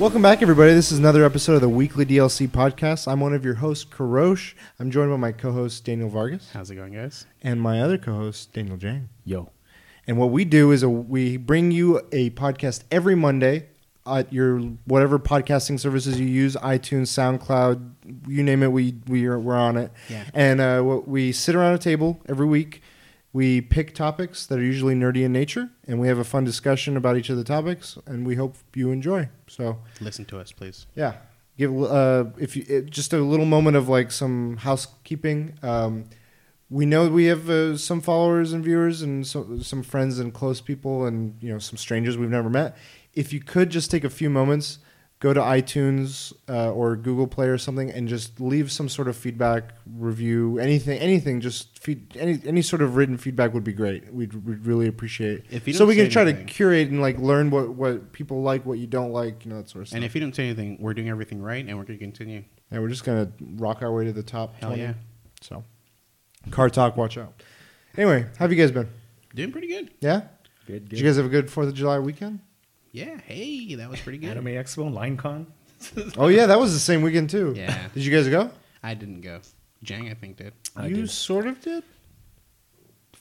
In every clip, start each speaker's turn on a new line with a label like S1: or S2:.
S1: Welcome back, everybody. This is another episode of the Weekly DLC Podcast. I'm one of your hosts, Karosh. I'm joined by my co host, Daniel Vargas,
S2: How's it going, guys?
S1: and my other co host, Daniel Jang.
S2: Yo.
S1: And what we do is a, we bring you a podcast every Monday at your whatever podcasting services you use iTunes, SoundCloud, you name it, we, we are, we're on it.
S2: Yeah.
S1: And uh, what we sit around a table every week. We pick topics that are usually nerdy in nature, and we have a fun discussion about each of the topics, and we hope you enjoy. So,
S2: Listen to us, please.
S1: yeah. Give uh, if you it, just a little moment of like some housekeeping. Um, we know we have uh, some followers and viewers and so, some friends and close people and you know some strangers we've never met. If you could just take a few moments, go to iTunes uh, or Google Play or something and just leave some sort of feedback, review, anything, anything. Just feed, any any sort of written feedback would be great. We'd, we'd really appreciate.
S2: If you
S1: so
S2: don't
S1: we
S2: say
S1: can try
S2: anything-
S1: to curate and like learn what what people like, what you don't like, you know that sort of stuff.
S2: And if you don't say anything, we're doing everything right, and we're going to continue.
S1: Yeah, we're just gonna rock our way to the top.
S2: Hell
S1: 20.
S2: yeah.
S1: So, car talk, watch out. Anyway, how have you guys been?
S2: Doing pretty good.
S1: Yeah.
S3: Good,
S1: Did you guys have a good Fourth of July weekend?
S2: Yeah. Hey, that was pretty good.
S3: Anime Expo and LineCon.
S1: Oh yeah, that was the same weekend too.
S2: Yeah.
S1: Did you guys go?
S2: I didn't go. Jang, I think, did.
S1: you sort of did.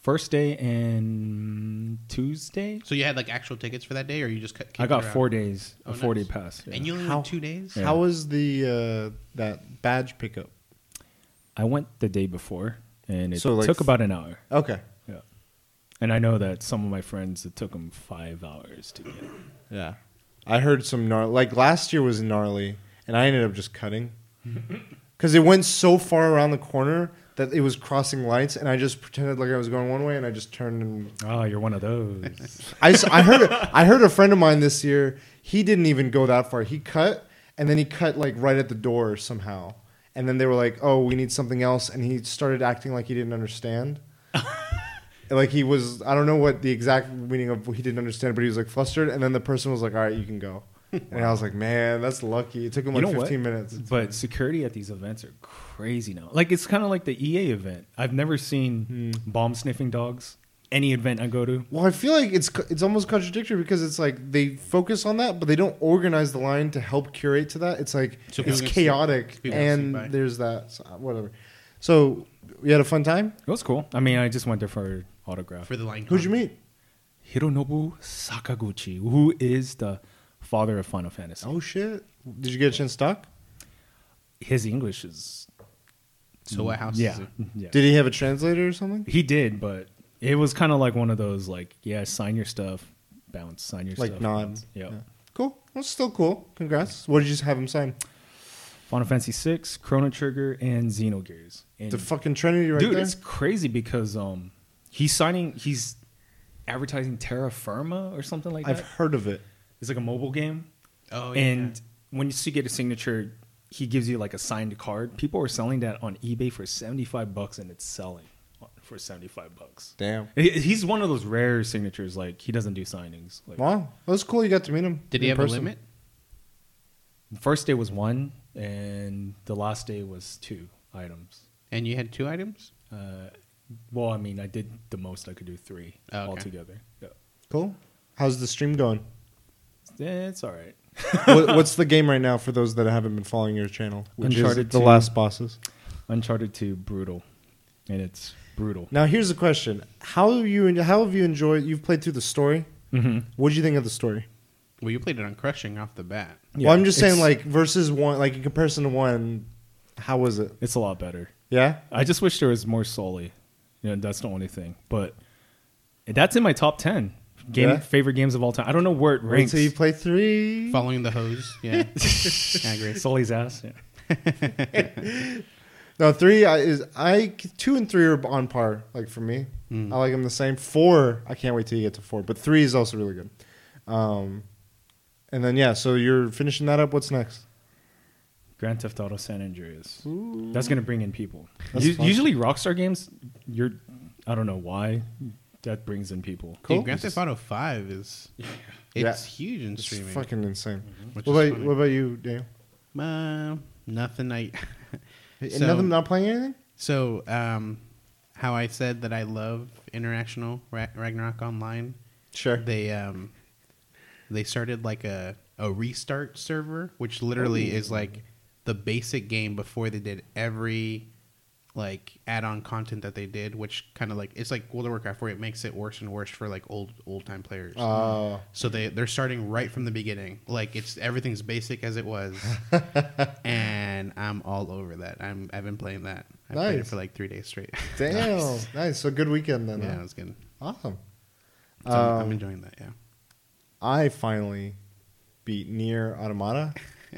S3: First day and Tuesday.
S2: So you had like actual tickets for that day, or you just cut?
S3: I got
S2: kicked
S3: four
S2: around?
S3: days,
S2: Oh,
S3: a four
S2: nice.
S3: day pass. yeah.
S2: And you only
S1: How-
S2: went two days.
S3: Yeah.
S1: How was the uh, that badge pickup?
S3: I went the day before, and it
S1: So, like,
S3: took
S1: f-
S3: about an hour.
S1: Okay.
S3: Yeah, and I know that some of my friends it took them five hours to get. It.
S1: Yeah. I heard some gnarly. Like last year was gnarly, and I ended up just cutting because it went so far around the corner that it was crossing lights, and I just pretended like I was going one way, and I just turned and
S3: Oh, you're one of those.
S1: I, s- I heard I heard a friend of mine this year. He didn't even go that far. He cut and then he cut like right at the door somehow. And then they were like, "Oh, we need something else," and he started acting like he didn't understand. like he was I don't know what the exact meaning of he didn't understand, but he was like flustered. And then the person was like, "All right, you can go." And I was like, "Man, that's lucky." It took him
S3: You
S1: like
S3: know what?
S1: 15 minutes.
S3: but security at these events are crazy now. Like it's kind of like the EA event. I've never seen bomb sniffing dogs. Any event I go to,
S1: Well, I feel like it's co- it's almost contradictory because it's like they focus on that, but they don't organize the line to help curate to that. It's like
S2: So people
S1: it's
S2: can see-
S1: chaotic,
S2: people can
S1: and
S2: see by.
S1: there's that so, uh, whatever. So you had a fun time.
S3: it was cool. I mean, I just went there for autograph.
S2: for the line.
S1: Who'd you meet?
S3: Hironobu Sakaguchi, who is the father of Final Fantasy.
S1: Oh shit! Did you get a chance to talk?
S3: His English is
S2: So what house
S3: yeah,
S2: is it?
S3: yeah.
S1: Did he have a translator or something?
S3: he did, but it was kind of like one of those like yeah, sign your stuff, bounce, sign your
S1: Like
S3: stuff,
S1: nod.
S3: bounce. Yep.
S1: Yeah. Cool. That's still cool. Congrats. What did you have him sign?
S3: Final Fantasy Six, Chrono Trigger, and Xenogears. And
S1: The fucking Trinity right
S3: dude,
S1: there.
S3: it's crazy because um, he's signing, he's advertising Terra Firma or something like
S1: I've
S3: that.
S1: heard of it.
S3: It's like a mobile game.
S2: Oh, yeah.
S3: and when you get a signature, he gives you like a signed card. People are selling that on eBay for seventy five bucks, and it's selling for seventy five bucks.
S1: Damn.
S3: He- He's one of those rare signatures. Like he doesn't do signings. Like
S1: Wow, that was cool. You got to meet him.
S2: did he
S1: in
S2: have
S1: person.
S2: a limit?
S3: first day was one, and the last day was two items.
S2: And you had two items.
S3: Uh, well, I mean, I did the most I could do three
S2: Oh, okay.
S3: altogether. Yeah.
S1: Cool. How's the stream going?
S3: Yeah, it's all right.
S1: what, what's the game right now for those that haven't been following your channel? Which
S3: Uncharted
S1: is the
S3: 2.
S1: last bosses.
S3: Uncharted Two, brutal, and it's brutal.
S1: Now here's the question: How you how have you enjoyed? You've played through the story.
S3: Mm-hmm.
S1: What did you think of the story?
S2: Well, you played it on crushing off the bat.
S1: well, I'm just saying, like versus one, like in comparison to one, how was it?
S3: it's a lot better.
S1: Yeah,
S3: I just wish there was more Sully. You know, that's the only thing. But that's in my top ten game
S1: Yeah?
S3: favorite games of all time. I don't know where it
S1: wait
S3: ranks.
S1: till you play three.
S2: Following the hose. Yeah. I agree.
S3: Sully's ass. Yeah.
S1: No, three I, is I two and three are on par. Like for me,
S3: Hmm.
S1: I like them the same. Four, I can't wait till you get to four. But three is also really good. Um, and then yeah, so you're finishing that up. What's next?
S3: Grand Theft Auto San Andreas. That's gonna bring in people.
S1: That's
S3: U-
S1: fun.
S3: usually Rockstar games, you're I don't know why that brings in people.
S2: Dude, Grand Theft Auto Five is it's huge in
S1: It's
S2: streaming.
S1: fucking insane.
S2: Which
S1: What
S2: is
S1: about,
S2: funny.
S1: what about you, Daniel?
S2: Uh, nothing. I
S1: Another
S2: So-
S1: Nothing not playing anything?
S2: so um, how I said that I love international Ra- Ragnarok Online.
S1: Sure.
S2: They um, they started like a a restart server, which literally is like the basic game before they did every like add-on content that they did, which kind of like it's like World of Warcraft where it makes it worse and worse for like old old time players.
S1: Oh.
S2: so they they're starting right from the beginning. Like it's everything's basic as it was, and I'm all over that. I'm I've been playing that. I played it
S1: Nice.
S2: for like three days straight.
S1: Damn. nice. So good weekend then. huh?
S2: yeah, it was good.
S1: Awesome.
S2: So I'm, I'm
S1: Um,
S2: enjoying that. Yeah.
S1: I finally beat near Automata.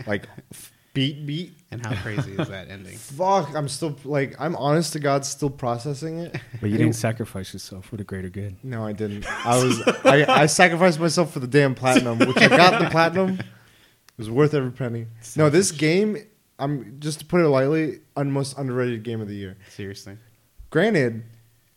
S1: like f- beat beat.
S2: And how crazy is that ending?
S1: Fuck, I'm still like I'm honest to God still processing it.
S3: But you didn't sacrifice yourself for the greater good.
S1: No, I didn't. I was I, I sacrificed myself for the damn platinum, which I got the platinum. It was worth every penny. No, this game, I'm just to put it lightly, un- most underrated game of the year.
S2: Seriously.
S1: Granted,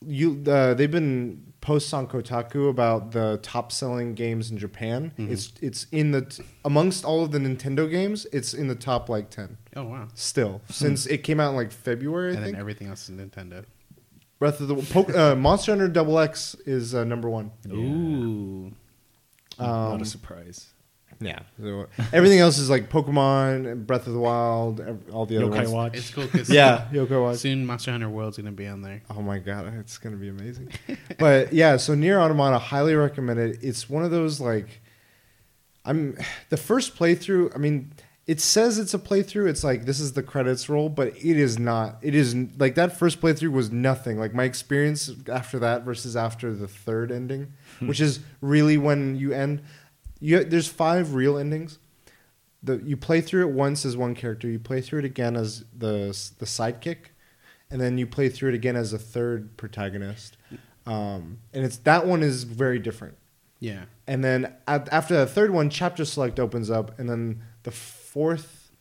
S1: you uh, they've been posts on Kotaku about the top selling games in Japan.
S2: Mm-hmm.
S1: It's it's in the t- amongst all of the Nintendo games, it's in the top like ten
S2: Oh wow.
S1: still since it came out in like February. I
S2: and then
S1: think
S2: everything else is Nintendo.
S1: Breath of the Poke- uh, Monster Hunter Double X is uh, number one.
S2: Ooh.
S1: Um,
S3: Not a surprise.
S1: Yeah. So, everything else is like Pokemon, and Breath of the Wild, ev- all the other
S3: Yokai
S1: ones.
S3: Watch.
S2: It's cool because
S1: Yeah, Yoko Watch.
S2: soon Monster Hunter World's gonna be on there.
S1: Oh my god, it's gonna be amazing. but yeah, so Near Automata, highly recommend it. It's one of those like, I'm the first playthrough. I mean, it says it's a playthrough. It's like this is the credits roll, but it is not. It is n- like that first playthrough was nothing. Like my experience after that versus after the third ending, which is really when you end. You, there's five real endings. the you play through it once as one character, you play through it again as the the sidekick, and then you play through it again as a third protagonist. Um, and it's that one is very different.
S2: Yeah.
S1: And then at, after the third one, chapter select opens up, and then the fourth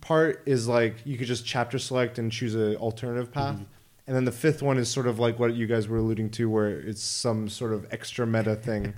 S1: part is like you could just chapter select and choose an alternative path. And then the fifth one is sort of like what you guys were alluding to, where it's some sort of extra meta thing,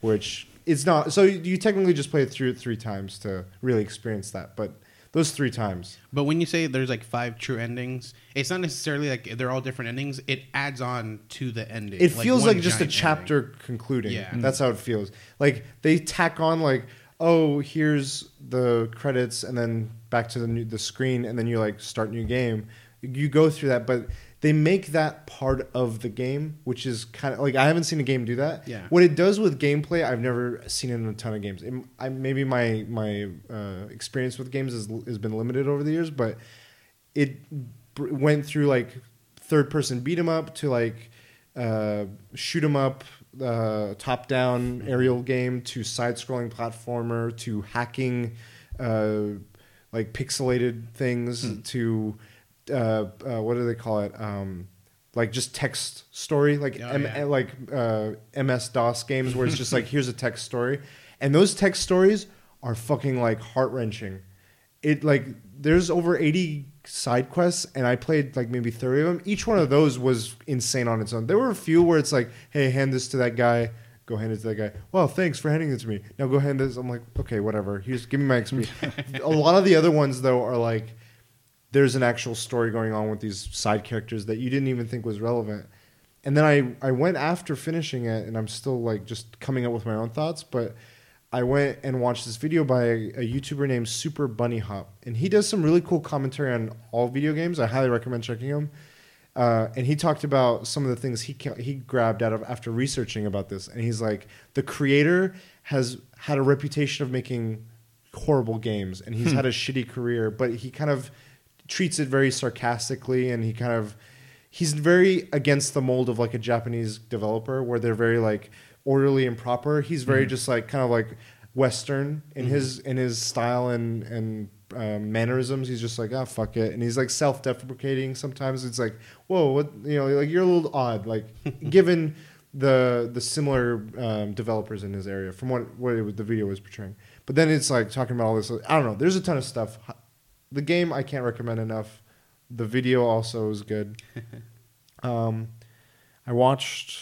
S1: which it's not. So you, you technically just play it through it three times to really experience that. But those three times,
S2: But when you say there's like five true endings, it's not necessarily like they're all different endings. It adds on to the ending.
S1: it feels
S2: one
S1: like just a
S2: giant
S1: chapter
S2: ending.
S1: concluding.
S2: Yeah.
S1: That's how it feels. Like they tack on like, oh, here's the credits, and then back to the new, the screen, and then you like start new game. You go through that, but they make that part of the game, which is kind of like I haven't seen a game do that.
S2: Yeah.
S1: What it does with gameplay, I've never seen it in a ton of games. It, I, maybe my my uh, experience with games has, has been limited over the years, but it br- went through like third person beat 'em up to like uh, shoot 'em up uh, top down aerial game to side scrolling platformer to hacking uh, like pixelated things
S2: Hmm.
S1: to uh, uh, what do they call it um, like just text story like
S2: Oh,
S1: M-
S2: yeah.
S1: like uh, ms dos games where it's just like here's a text story and those text stories are fucking like heart-wrenching it like there's over 80 side quests and i played like maybe 30 of them each one of those was insane on its own there were a few where it's like hey hand this to that guy go hand it to that guy well thanks for handing it to me now go hand this i'm like okay whatever here's give me my xp a lot of the other ones though are like there's an actual story going on with these side characters that you didn't even think was relevant and then I, I went after finishing it and i'm still like just coming up with my own thoughts but i went and watched this video by a, a youtuber named super bunny hop and he does some really cool commentary on all video games i highly recommend checking him uh, and he talked about some of the things he ca- he grabbed out of after researching about this and he's like the creator has had a reputation of making horrible games and he's had a shitty career but he kind of treats it very sarcastically and he kind of he's very against the mold of like a Japanese developer where they're very like orderly and proper. He's very just like kind of like Western in his in his style and and um, mannerisms. He's just like ah fuck it, and he's like self deprecating sometimes. It's like whoa, what you know, like you're a little odd, like given the the similar um, developers in his area from what what it, was- the video was portraying. But then it's like talking about all this. I don't know. There's a ton of stuff. The game I can't recommend enough. The video also is good. Um, I watched.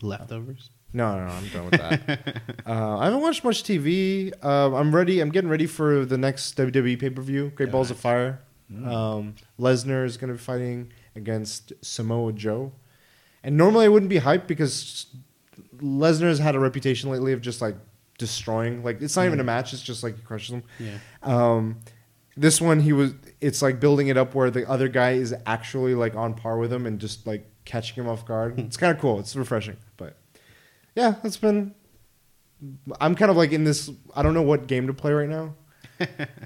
S2: leftovers.
S1: No, no, no I'm done with that. uh, I haven't watched much TV. Uh, I'm ready. I'm getting ready for the next WWE pay per view, Great
S2: Oh,
S1: Balls of
S2: nice.
S1: Fire. Um, Lesnar is going to be fighting against Samoa Joe, and normally I wouldn't be hyped because Lesnar's had a reputation lately of just like destroying. Like it's not even a match. It's just like he crushes them.
S2: Yeah.
S1: Um, this one he was. It's like building it up where the other guy is actually like on par with him and just like catching him off guard.
S3: Hmm.
S1: It's kind of cool. It's refreshing. But yeah, it's been. I'm kind of like in this. I don't know what game to play right now,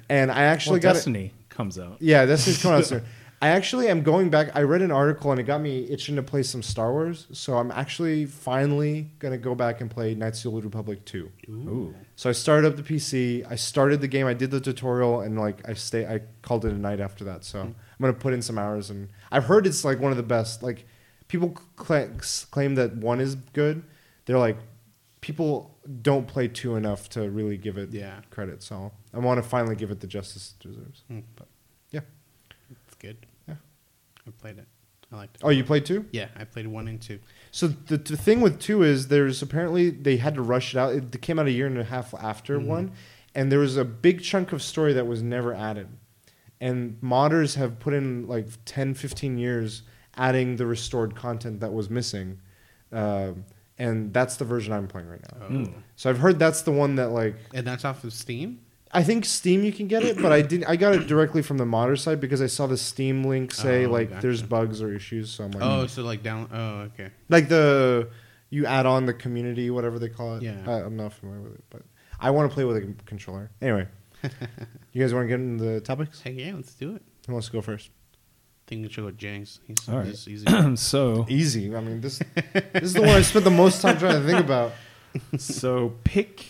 S1: and I actually
S3: Well,
S1: got it.
S3: Destiny comes out.
S1: Yeah, that's just coming out soon. I actually am going back. I read an article and it got me itching to play some Star Wars. So I'm actually finally gonna go back and play Knights of the Old Republic 2.
S3: Ooh.
S1: So I started up the PC. I started the game. I did the tutorial and like I stay. I called it a night after that. So I'm gonna put in some hours and I've heard it's like one of the best. Like people cla claim that one is good. They're like people don't play two enough to really give it
S2: Yeah.
S1: credit. So I want to finally give it the justice it deserves.
S2: Hmm.
S1: But yeah.
S2: It's good.
S1: Yeah.
S2: I played it. I liked it.
S1: Oh, you played two?
S2: Yeah, I played one and two.
S1: So the, the thing with two is there's apparently they had to rush it out. It came out a year and a half after
S2: Mm-hmm.
S1: one, and there was a big chunk of story that was never added. And modders have put in like 10, 15 years adding the restored content that was missing, Um and that's the version I'm playing right now.
S2: Oh.
S1: So I've heard that's the one that like
S2: And that's off of Steam.
S1: I think Steam you can get it, but I didn't. I got it directly from the modder side because I saw the Steam link say
S2: Oh,
S1: like
S2: gotcha.
S1: there's bugs or issues. So I'm like,
S2: Oh, so like down. Oh, okay.
S1: like the you add on the community, whatever they call it.
S2: Yeah.
S1: I, I'm not familiar with it, but I want to play with a c- controller. Anyway, you guys want to get into the topics?
S2: Heck yeah, let's do it.
S1: Who wants to go first?
S2: I think we should go with Jenks. He's,
S3: All right.
S2: he's easy.
S3: so
S1: Easy. I mean this this is the one I spent the most time trying to think about.
S3: so pick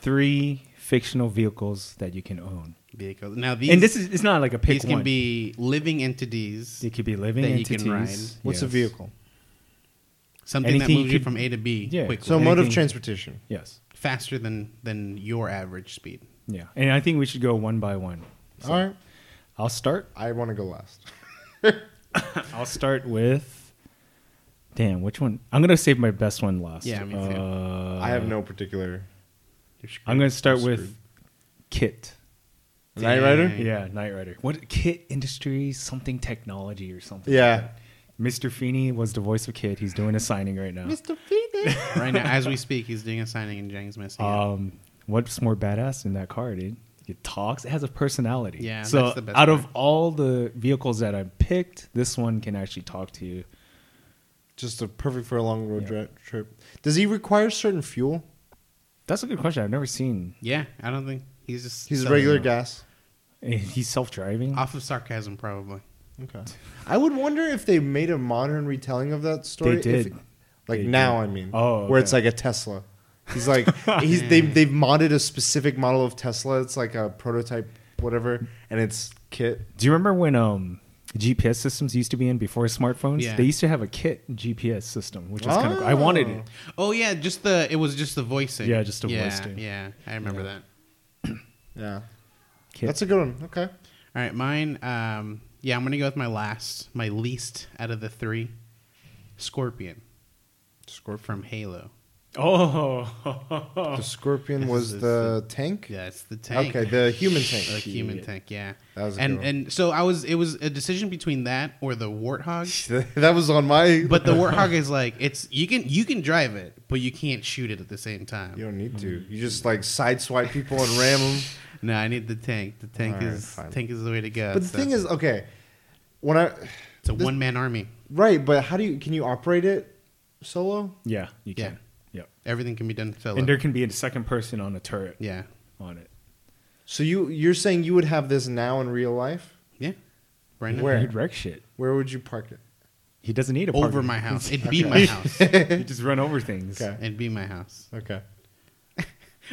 S3: three fictional vehicles that you can own.
S2: Vehicles. Now these
S3: and this is it's not like a pick
S2: these can
S3: one.
S2: be living entities.
S3: it could be living
S2: that you
S3: entities.
S2: can ride.
S1: What's a
S3: Yes.
S1: vehicle?
S2: Something
S3: anything
S2: that
S3: you
S2: moves you
S3: could-
S2: from A to B
S3: Yeah.
S2: quickly,
S1: So mode of
S3: Anything-
S1: transportation.
S3: Yes.
S2: faster than than your average speed.
S3: Yeah. And I think we should go one by one. So
S1: All right.
S3: I'll start.
S1: I want to go last.
S3: I'll start with Damn, which one? I'm gonna save my best one last.
S2: Yeah, me too.
S3: Uh,
S1: I have no particular.
S2: You're screwed.
S3: I'm gonna start
S1: I'm
S3: with
S1: screwed.
S3: Kit.
S1: Knight Rider?
S2: Dang.
S3: Yeah, Knight Rider. What Kit Industries, something technology or something.
S1: Yeah.
S3: Mr. Feeney was the voice of Kit. He's doing a signing right now.
S2: right now as we speak. He's doing a signing and Jenks missing. it.
S3: Um, what's more badass than that car, dude? It talks. It has a personality.
S2: Yeah,
S3: So
S2: that's the best
S3: out of
S2: part.
S3: all the vehicles that I picked, this one can actually talk to you.
S1: Just a perfect for a long road
S3: Yeah.
S1: dri- trip. Does he require certain fuel?
S3: That's a good question. I've never seen.
S2: Yeah, I don't think he's just
S1: He's a
S2: selling
S1: regular
S2: it.
S1: gas.
S3: He's self-driving.
S2: Off of sarcasm, probably.
S1: Okay. I would wonder if they made a modern retelling of that story.
S3: They did.
S1: If, like
S3: They
S1: now,
S3: did.
S1: I mean.
S3: Oh,
S1: Where it's
S3: okay. Oh,
S1: like a Tesla. He's like, he's, they, they've modded a specific model of Tesla. It's like a prototype, whatever, and it's kit.
S3: Do you remember when um, GPS systems used to be in before smartphones?
S2: Yeah.
S3: They used to have a Kit GPS system, which was kind of. I wanted it.
S2: Oh yeah, just the it was just the voicing.
S3: Yeah, just the voicing.
S2: Yeah, I remember that.
S1: Yeah.
S3: Kit.
S1: That's a good one. Okay.
S2: All right, mine. Um, yeah, I'm gonna go with my last, my least out of the three, Scorpion. Scorpion from Halo.
S3: oh.
S1: The Scorpion
S2: This
S1: was
S2: is
S1: the tank?
S2: Yeah, it's the tank.
S1: Okay, the human tank.
S2: The human
S3: Shit.
S2: tank. Yeah.
S1: That was a
S2: and
S1: good one.
S2: and so I was. It was a decision between that or the warthog.
S1: that was on my.
S2: But the warthog is like it's you can you can drive it, but you can't shoot it at the same time.
S1: you don't need to. You just like sideswipe people and ram them.
S2: No, I need the tank. The tank
S1: All right,
S2: is
S1: fine.
S2: tank is the way to go.
S1: But the
S2: So
S1: thing is, okay. When I.
S2: it's a
S1: this-
S2: one man army.
S1: Right, but how do you. Can you operate it solo?
S3: Yeah, you
S2: Yeah.
S3: can. Yeah.
S2: Everything can be done solo.
S3: And there can be a second person on a turret
S2: yeah,
S3: on it.
S1: So you you're saying you would have this now in real life?
S2: yeah. Right now,
S1: Where?
S3: He'd wreck shit.
S1: Where would you park it?
S3: He doesn't need a
S2: over
S3: partner.
S2: my house. It'd be my house.
S3: you just run over things.
S1: Okay.
S2: It'd be my house.
S1: Okay.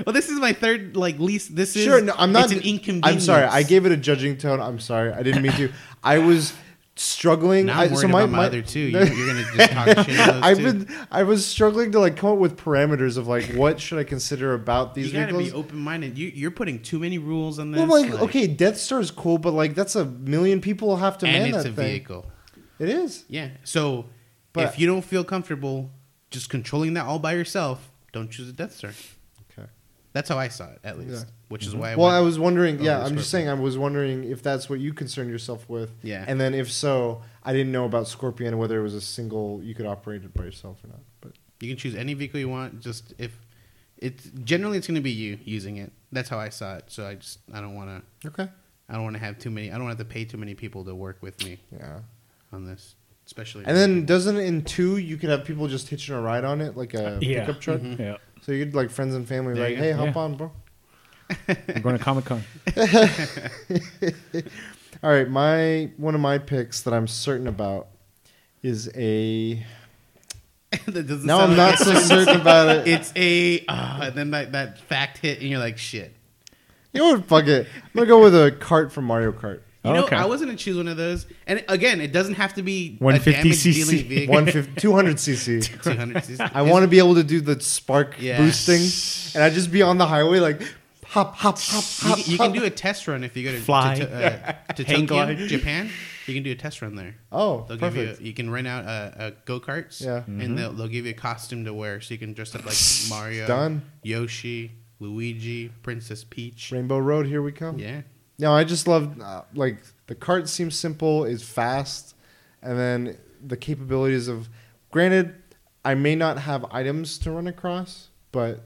S2: Well, this is my third like least. This is
S1: Sure. No, I'm not.
S2: It's an inconvenience.
S1: I'm sorry. I gave it a judging tone. I'm sorry. I didn't mean to. I was struggling.
S2: Now
S1: I,
S2: I'm worried
S1: so my,
S2: about my,
S1: my-
S2: other two. You're, you're gonna just talk shit. about Those
S1: I've
S2: two.
S1: been. I was struggling to like come up with parameters of like what should I consider about these
S2: You gotta
S1: vehicles.
S2: be open minded. You, you're putting too many rules on this.
S1: well, I'm like, okay, Death Star is cool, but like that's a million people have to man
S2: and it's
S1: that
S2: a
S1: thing.
S2: vehicle.
S1: It is.
S2: Yeah. So
S1: But-
S2: if you don't feel comfortable just controlling that all by yourself, don't choose a Death Star.
S1: Okay.
S2: That's how I saw it, at least.
S1: Yeah. Mm-hmm.
S2: Which is why.
S1: well,
S2: went-
S1: I was wondering. Yeah,
S2: Oh,
S1: I'm just saying.
S2: Scorpion.
S1: I was wondering if that's what you concerned yourself with.
S2: Yeah.
S1: And then if so, I didn't know about Scorpion whether it was a single you could operate it by yourself or not. But
S2: You can choose any vehicle you want. Just if It's generally it's going to be you using it. That's how I saw it. So I just I don't want to
S1: Okay.
S2: I don't want to have too many. I don't want to have to pay too many people to work with me
S1: Yeah.
S2: on this, especially.
S1: And then doesn't in two you could have people just hitching a ride on it like
S2: Uh,
S1: a
S3: Yeah. Mm-hmm.
S1: pickup truck?
S3: Yeah.
S1: So you'd like friends and family
S2: Mm-hmm. There
S1: like,
S2: you go.
S1: hey, hop
S3: Yeah.
S1: on, bro.
S3: I'm going to Comic Con.
S1: All right, my one of my picks that I'm certain about is a.
S2: that doesn't
S1: Now
S2: sound
S1: I'm not
S2: like
S1: so certain about it.
S2: It's a ah, and then that, that fact hit, and you're like, shit.
S1: You know what? Fuck it. I'm gonna go with a cart from Mario Kart.
S2: You
S3: Oh,
S2: know,
S3: okay.
S2: I was gonna choose one of those, and again, it doesn't have to be a
S3: 150
S2: damage
S3: cc.
S2: dealing vehicle.
S1: 150 200 cc.
S2: 200 cc.
S1: I want to be able to do the spark
S2: Yeah.
S1: boosting, and I just be on the highway like hop, hop, hop,
S2: You,
S1: hop.
S2: you can do a test run if you go to
S3: Fly.
S2: to, to, uh, to
S3: Hang
S2: Tokyo,
S3: glide.
S2: Japan. You can do a test run there.
S1: Oh,
S2: They'll
S1: perfect.
S2: give you. You can rent out uh, uh, go karts.
S1: Yeah.
S3: Mm-hmm.
S2: and they'll, they'll give you a costume to wear, so you can dress up like Mario,
S1: Done.
S2: Yoshi, Luigi, Princess Peach.
S1: Rainbow Road, here we come.
S2: Yeah,
S1: No, I just love uh, like the cart seems simple, is fast, and then the capabilities of. Granted, I may not have items to run across, but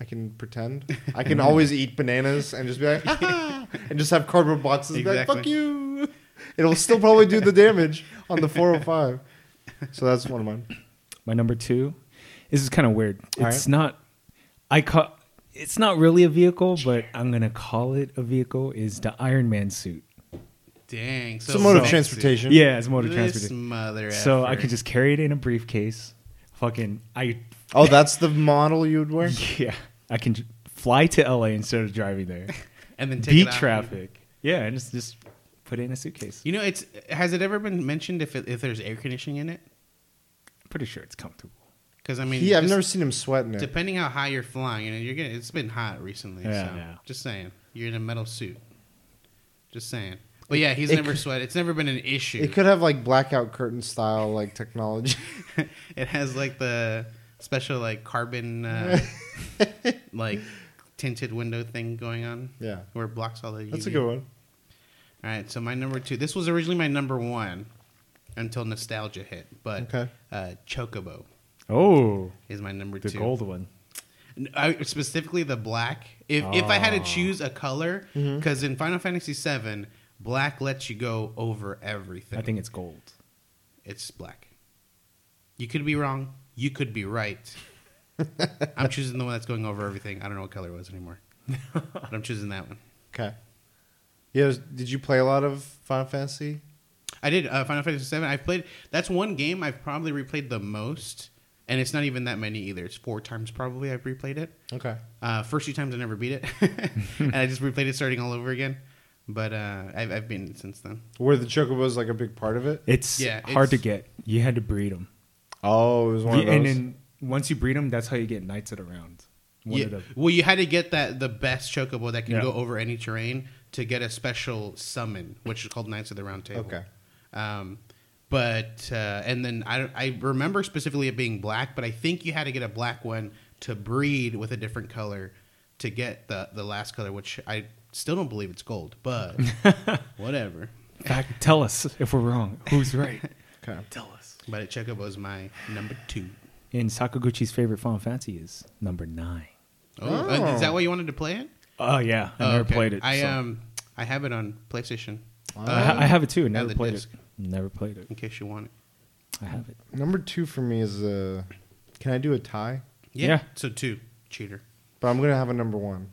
S1: I can pretend. I can always eat bananas and just be like, "Ah," and just have cardboard boxes and be like, "Fuck
S2: Exactly.
S1: you." It'll still probably do the damage on the 405. So that's one of mine.
S3: My number two. This is kind of weird. It's
S1: All right.
S3: not. I call. It's not really a vehicle, but I'm gonna call it a vehicle. Is the Iron Man suit?
S2: dang. So
S1: It's a mode of
S2: fancy.
S1: transportation.
S3: Yeah, it's mode of
S2: This
S3: transportation.
S2: mother
S3: So I
S2: effer.
S3: could just carry it in a briefcase. Fucking, I
S1: Oh, that's the model you would wear?
S3: yeah, I can j- fly to LA instead of driving there.
S2: and then take it
S3: Beat
S2: out.
S3: traffic. Yeah, and just just put it in a suitcase.
S2: You know, it's has it ever been mentioned if it, if there's air conditioning in it?
S3: Pretty sure it's comfortable.
S2: Because I mean,
S1: Yeah, I've
S2: just-
S1: never seen him sweating it.
S2: Depending how high you're flying, you know, you're getting. It's been hot recently.
S3: Yeah,
S2: so
S3: yeah.
S2: just saying, you're in a metal suit. Just saying. But yeah, he's
S1: it
S2: never
S1: could-
S2: sweat. It's never been an issue.
S1: It could have like blackout curtain style like technology.
S2: it has like the special like carbon uh, like tinted window thing going on.
S1: Yeah.
S2: where it blocks all the.
S1: That's a
S2: UV.
S1: good one.
S2: All right, so my number two. This was originally my number one until nostalgia hit, but
S1: Okay.
S2: uh, Chocobo
S3: Oh,
S2: is my number
S3: the
S2: two.
S3: gold one.
S2: N- I, specifically the black. If if I
S1: Oh.
S2: had to choose a color,
S1: Mm-hmm.
S2: because in Final Fantasy VII, black lets you go over everything.
S3: I think it's gold.
S2: it's black. You could be wrong. You could be right. I'm choosing the one that's going over everything. I don't know what color it was anymore, but I'm choosing that one.
S1: Okay. Yeah, did you play a lot of Final Fantasy?
S2: I did uh, Final Fantasy VII. I've played. That's one game I've probably replayed the most, and it's not even that many either. It's four times probably I've replayed it.
S1: Okay.
S2: Uh, first few times I never beat it, and I just replayed it starting all over again. But uh, I've I've beaten it since then.
S1: Were the chocobos like a big part of it?
S3: It's
S2: Yeah,
S3: hard to
S2: it's-
S3: get. You had to breed them,
S1: Oh, it was one of those.
S3: and then once you breed them, that's how you get knights at around. One
S2: Yeah.
S3: of the
S2: Well, you had to get that the best chocobo that can
S3: Yeah.
S2: go over any terrain to get a special summon, which is called Knights of the Round Table.
S1: Okay.
S2: Um, but uh, and then I I remember specifically it being black, but I think you had to get a black one to breed with a different color to get the the last color, which I still don't believe it's gold, but whatever.
S3: In fact, tell us if we're wrong. Who's right?
S1: okay.
S3: tell us.
S2: But chocobo is my number two.
S3: And Sakaguchi's favorite Final Fantasy is number nine.
S2: Oh, uh, is that why you wanted to play it?
S3: Oh yeah, I
S2: Oh,
S3: never
S2: okay.
S3: played it.
S2: I
S3: so-
S2: um I have it on PlayStation.
S3: I, ha- I have it too. Never
S2: the
S3: played
S2: disc.
S3: it. Never played it.
S2: in case you want it.
S3: I have it.
S1: Number two for me is uh, can I do a tie?
S2: Yeah.
S3: Yeah.
S2: So two cheater.
S1: But I'm gonna have a number one.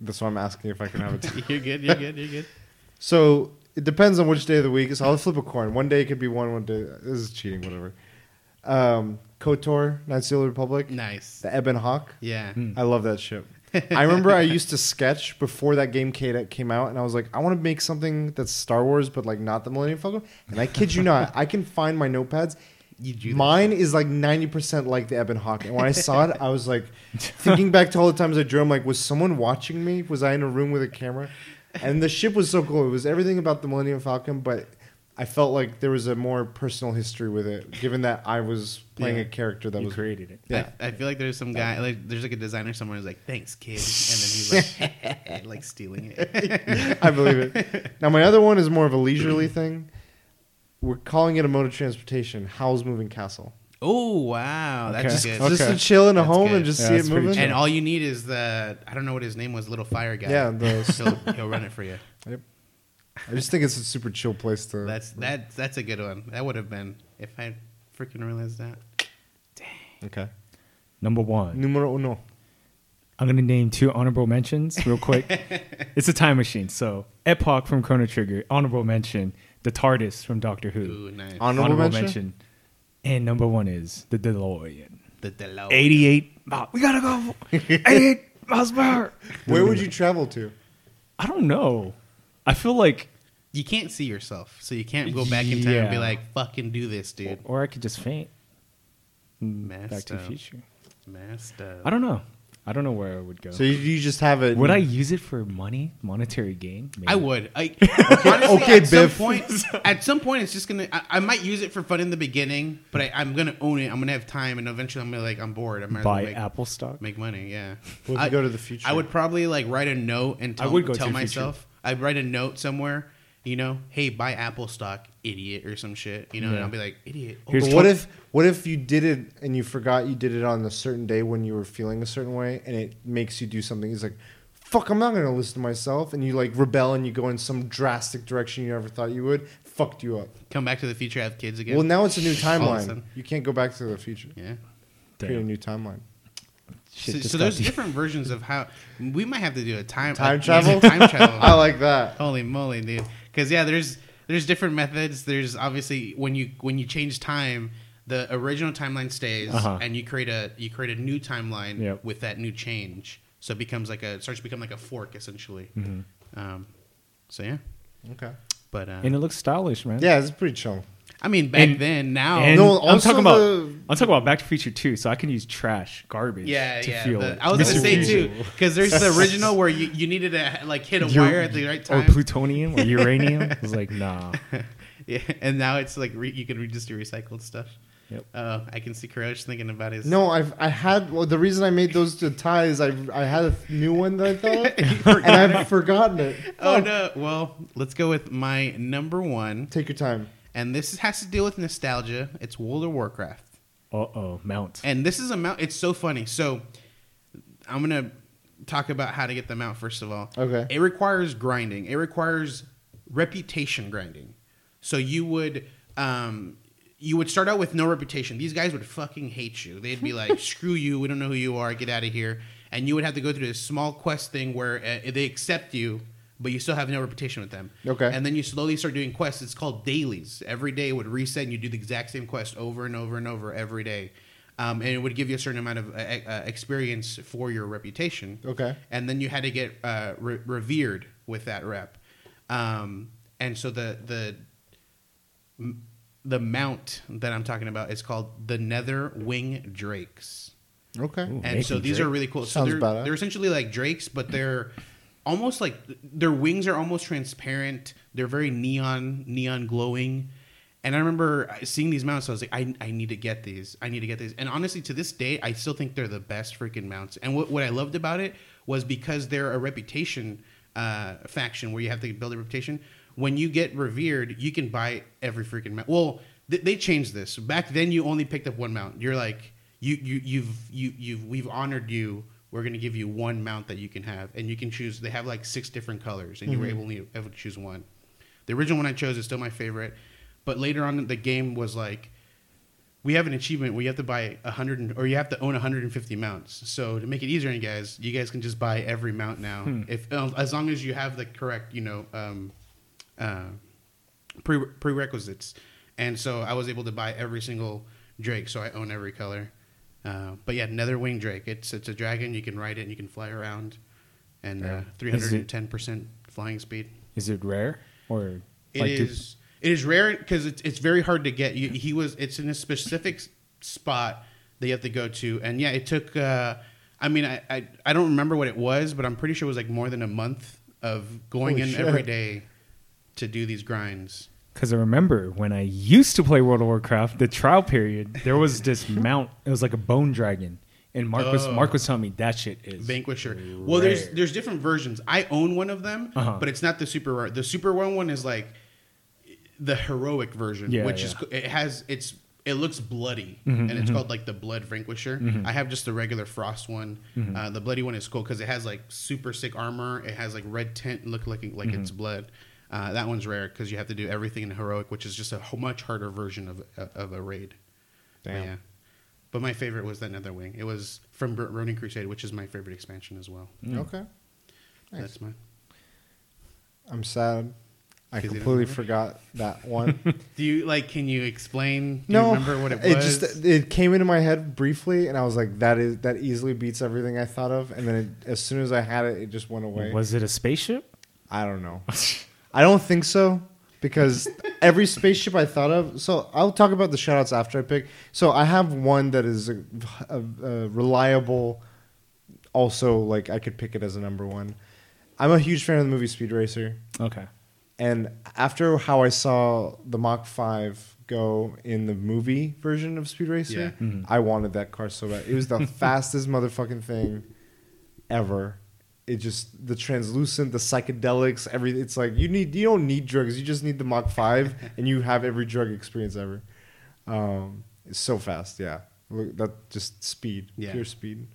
S1: That's why I'm asking if I can have a tie.
S2: You're good. You're good. You're good.
S1: so it depends on which day of the week. So I'll flip a coin. One day it could be one. One day this is cheating. Whatever. Um, Kotor, Knights of the Old Republic,
S2: Nice.
S1: the Ebon Hawk.
S2: Yeah.
S1: I love that ship. I remember I used to sketch before that game ca- came out, and I was like, I want to make something that's Star Wars, but like not the Millennium Falcon. And I kid you not, I can find my notepads.
S2: You do that.
S1: Mine is like ninety percent like the Ebon Hawk. And when I saw it, I was like, thinking back to all the times I drew. I'm like, was someone watching me? Was I in a room with a camera? And the ship was so cool. It was everything about the Millennium Falcon, but I felt like there was a more personal history with it, given that I was playing
S2: Yeah.
S1: a character that
S3: you
S1: was
S3: created it.
S1: Yeah.
S2: I, I feel like there's some guy like there's like a designer somewhere who's like thanks kid and then he's like like stealing it.
S1: I believe it. Now my other one is more of a leisurely thing. We're calling it a mode of transportation. Howl's Moving Castle.
S2: Oh wow,
S3: Okay.
S2: that's just good.
S1: Just
S3: Okay.
S1: to chill in a
S3: That's
S1: home
S3: good.
S1: and just
S3: Yeah,
S1: see it
S3: that's pretty
S1: moving.
S3: chill.
S2: And all you need is the I don't know what his name was, little fire guy.
S1: Yeah, the-
S2: he'll, he'll run it for you.
S1: Yep. I just think it's a super chill place to.
S2: That's that that's a good one. That would have been if I freaking realized that.
S1: okay.
S3: Number one.
S1: Numero uno.
S3: I'm gonna name two honorable mentions real quick. it's a time machine. So Epoch from Chrono Trigger, honorable mention. The TARDIS from Doctor Who,
S2: Ooh, nice.
S1: Honorable mention?
S3: And number one is the DeLorean.
S2: the Delo.
S3: 88. miles- We gotta go. 88 miles per hour.
S1: Where would you travel to?
S3: I don't know. I feel like,
S2: You can't see yourself, so you can't go back in time and be
S3: Yeah.
S2: like, "Fucking do this, dude."
S3: or I could just faint.
S2: Messed
S3: Back to the
S2: up.
S3: Future.
S2: Messed up.
S3: I don't know. I don't know where I would go.
S1: So you, you just have it.
S3: would I use it for money, monetary gain? Maybe.
S2: I would. I, honestly,
S1: okay,
S2: at some
S1: Biff.
S2: point, at some point, it's just gonna. I, I might use it for fun in the beginning, but I, I'm gonna own it. I'm gonna have time, and eventually, I'm gonna like, I'm bored. I'm
S3: buy
S2: make,
S3: Apple stock.
S2: make money. Yeah.
S1: What if
S2: I,
S1: you go to the future?
S2: I would probably like write a note and
S3: I
S2: tell,
S3: would go to
S2: tell
S3: the
S2: myself. I'd write a note somewhere. You know, hey, buy Apple stock, idiot, or some shit. You know, and
S3: Yeah.
S2: I'll be like, idiot. Oh,
S3: Here's
S1: But
S3: tw-
S1: what if what if you did it and you forgot you did it on a certain day when you were feeling a certain way and it makes you do something? It's like, fuck, I'm not gonna listen to myself, and you like rebel and you go in some drastic direction you never thought you would. Fucked you up.
S2: come back to the future, have kids again.
S1: Well, now it's a new
S2: All of a
S1: timeline.
S2: sudden.
S1: You can't go back to the future.
S2: yeah.
S1: Create a
S3: Damn.
S1: new timeline.
S3: Shit
S2: so
S3: just
S2: so
S3: got
S2: there's
S3: deep.
S2: different versions of how we might have to do a time
S1: Time
S2: a-
S1: travel?
S2: Time travel.
S1: I like that.
S2: Holy moly, dude! Because yeah, there's there's different methods. There's obviously when you when you change time, the original timeline stays,
S3: Uh-huh.
S2: and you create a you create a new timeline
S3: Yep.
S2: with that new change. So it becomes like a it starts to become like a fork essentially. Um, so yeah,
S1: Okay.
S2: but uh,
S3: Mm-hmm. and it looks stylish, man.
S1: Yeah, it's pretty chill.
S2: I mean back
S3: and-
S2: then now
S3: And
S1: No,
S3: I'm
S1: also
S3: talking about
S1: the-
S3: I'm talking about Back to the Future too, so I can use trash, garbage.
S2: Yeah,
S3: to
S2: yeah.
S3: Fuel
S2: the-
S3: it.
S2: I was gonna
S1: Mr.
S2: say
S1: Fusion.
S2: too, because there's the original where you, you needed to like hit a
S3: Ur-
S2: wire at the right time.
S3: or plutonium or uranium. I was like, nah.
S2: yeah, and now it's like re- you can re- just do recycled stuff.
S3: Yep.
S2: Uh, I can see Kurosh thinking about his.
S1: No, I've I had well, the reason I made those two ties. I I had a new one that I thought, of, and I've forgotten it.
S2: Oh no. Well, let's go with my number one,
S1: Take your time.
S2: and this has to deal with nostalgia. It's World of Warcraft,
S3: Uh oh, mount.
S2: and this is a mount. It's so funny. So, I'm gonna talk about how to get the mount first of all.
S1: Okay.
S2: It requires grinding. It requires reputation grinding. So you would um you would start out with no reputation. These guys would fucking hate you. They'd be like, "Screw you. We don't know who you are. Get out of here." And you would have to go through this small quest thing where uh, they accept you, but you still have no reputation with them.
S1: Okay.
S2: And then you slowly start doing quests. It's called dailies. Every day it would reset, and you do the exact same quest over and over and over every day. Um, and it would give you a certain amount of uh, uh, experience for your reputation
S1: Okay.
S2: and then you had to get uh, re- revered with that rep. Um, and so the the m- the mount that I'm talking about is called the Nether Wing Drakes,
S1: Okay.
S3: Ooh.
S2: and so
S3: Nathan
S2: these
S3: Drake.
S2: are really cool. So
S1: Sounds
S2: they're
S1: badass.
S2: they're essentially like drakes, but they're almost like their wings are almost transparent. They're very neon neon glowing. And I remember seeing these mounts. I was like, I, I need to get these. I need to get these. And honestly, to this day, I still think they're the best freaking mounts. And what, what I loved about it was because they're a reputation uh, faction where you have to build a reputation. When you get revered, you can buy every freaking mount. Well, th- they changed this. Back then, you only picked up one mount. You're like, you you you've you you've we've honored you. We're gonna give you one mount that you can have, and you can choose. They have like six different colors, and you were able only able to choose one. The original one I chose is still my favorite, but later on the game was like, we have an achievement where you have to buy hundred and- or you have to own 150 mounts. So to make it easier on you guys, you guys can just buy every mount now,
S3: Hmm.
S2: if uh, as long as you have the correct you know um, uh, pre- prerequisites, and so I was able to buy every single Drake, so I own every color. Uh, but yeah, Netherwing Drake. It's it's a dragon. You can ride it and you can fly around, and uh,
S3: Is it-
S2: 310 percent flying speed.
S3: Is it rare or
S2: It is.
S3: do-
S2: It is rare because it's it's very hard to get. You, he was. It's in a specific s- spot that you have to go to, and yeah, it took. Uh, I mean, I, I I don't remember what it was, but I'm pretty sure it was like more than a month of going
S1: Holy
S2: in
S1: shit.
S2: every day to do these grinds.
S3: Because I remember when I used to play World of Warcraft, the trial period, there was this mount. It was like a bone dragon, and Mark was
S2: Oh.
S3: Mark was telling me that shit is
S2: Vanquisher. Well, there's
S3: rare.
S2: there's different versions. I own one of them,
S3: Uh-huh.
S2: but it's not the super rare. The super rare one is like the heroic version,
S3: Yeah, Mm-hmm,
S2: which
S3: yeah.
S2: is it has it's It looks bloody, and it's called like the Blood Vanquisher.
S3: Mm-hmm.
S2: I have just the regular Frost one. Uh, the bloody one is cool because it has like super sick armor. It has like red tint, look like like it's
S3: Mm-hmm.
S2: blood. Uh, that one's rare because you have to do everything in heroic, which is just a ho- much harder version of of a raid. But
S1: Damn.
S2: Yeah. But my favorite was that Nether Wing. It was from Bur- Ronin Crusade, which is my favorite expansion as well.
S3: Mm.
S1: Okay. Nice.
S2: That's mine.
S1: I'm sad. I
S2: 'Cause you don't
S1: completely
S2: remember?
S1: forgot that one.
S2: Do you like? Can you explain? Do
S1: no,
S2: you remember what it was?
S1: just uh, it came into my head briefly, and I was like, "That is that easily beats everything I thought of." And then it, as soon as I had it, it just went away.
S4: Was it a spaceship?
S1: I don't know. I don't think so because every spaceship I thought of. So I'll talk about the shoutouts after I pick. So I have one that is a, a, a reliable. Also, like I could pick it as a number one. I'm a huge fan of the movie Speed Racer,
S3: Okay.
S1: and after how I saw the Mach Five go in the movie version of Speed Racer,
S2: Yeah.
S1: I wanted that car so bad. It was the fastest motherfucking thing ever. It just the translucent, the psychedelics, every. It's like you need you don't need drugs. You just need the Mach Five, and you have every drug experience ever. Um, it's so fast, yeah. Look, that just speed,
S2: Yeah.
S1: pure speed.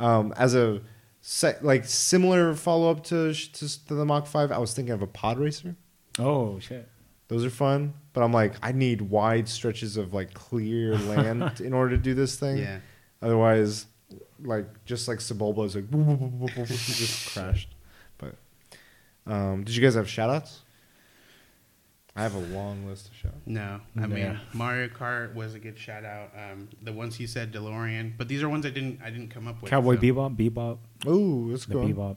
S1: Um, as a se- like similar follow up to, sh- to s- to the Mach Five, I was thinking of a pod racer.
S3: Oh shit.
S1: Those are fun, but I'm like, I need wide stretches of like clear land in order to do this thing.
S2: Yeah.
S1: Otherwise, like just like Sebulba is like boop, boop, boop, boop, boop, boop, just crashed. But um, did you guys have shoutouts? I have a long list of shoutouts.
S2: No, I mean
S3: Yeah.
S2: Mario Kart was a good shout out. Um, the ones he said, DeLorean, but these are ones I didn't I didn't come up with.
S4: Cowboy
S2: so-
S4: Bebop, Bebop,
S1: Ooh, that's
S4: the
S1: cool.
S4: Bebop.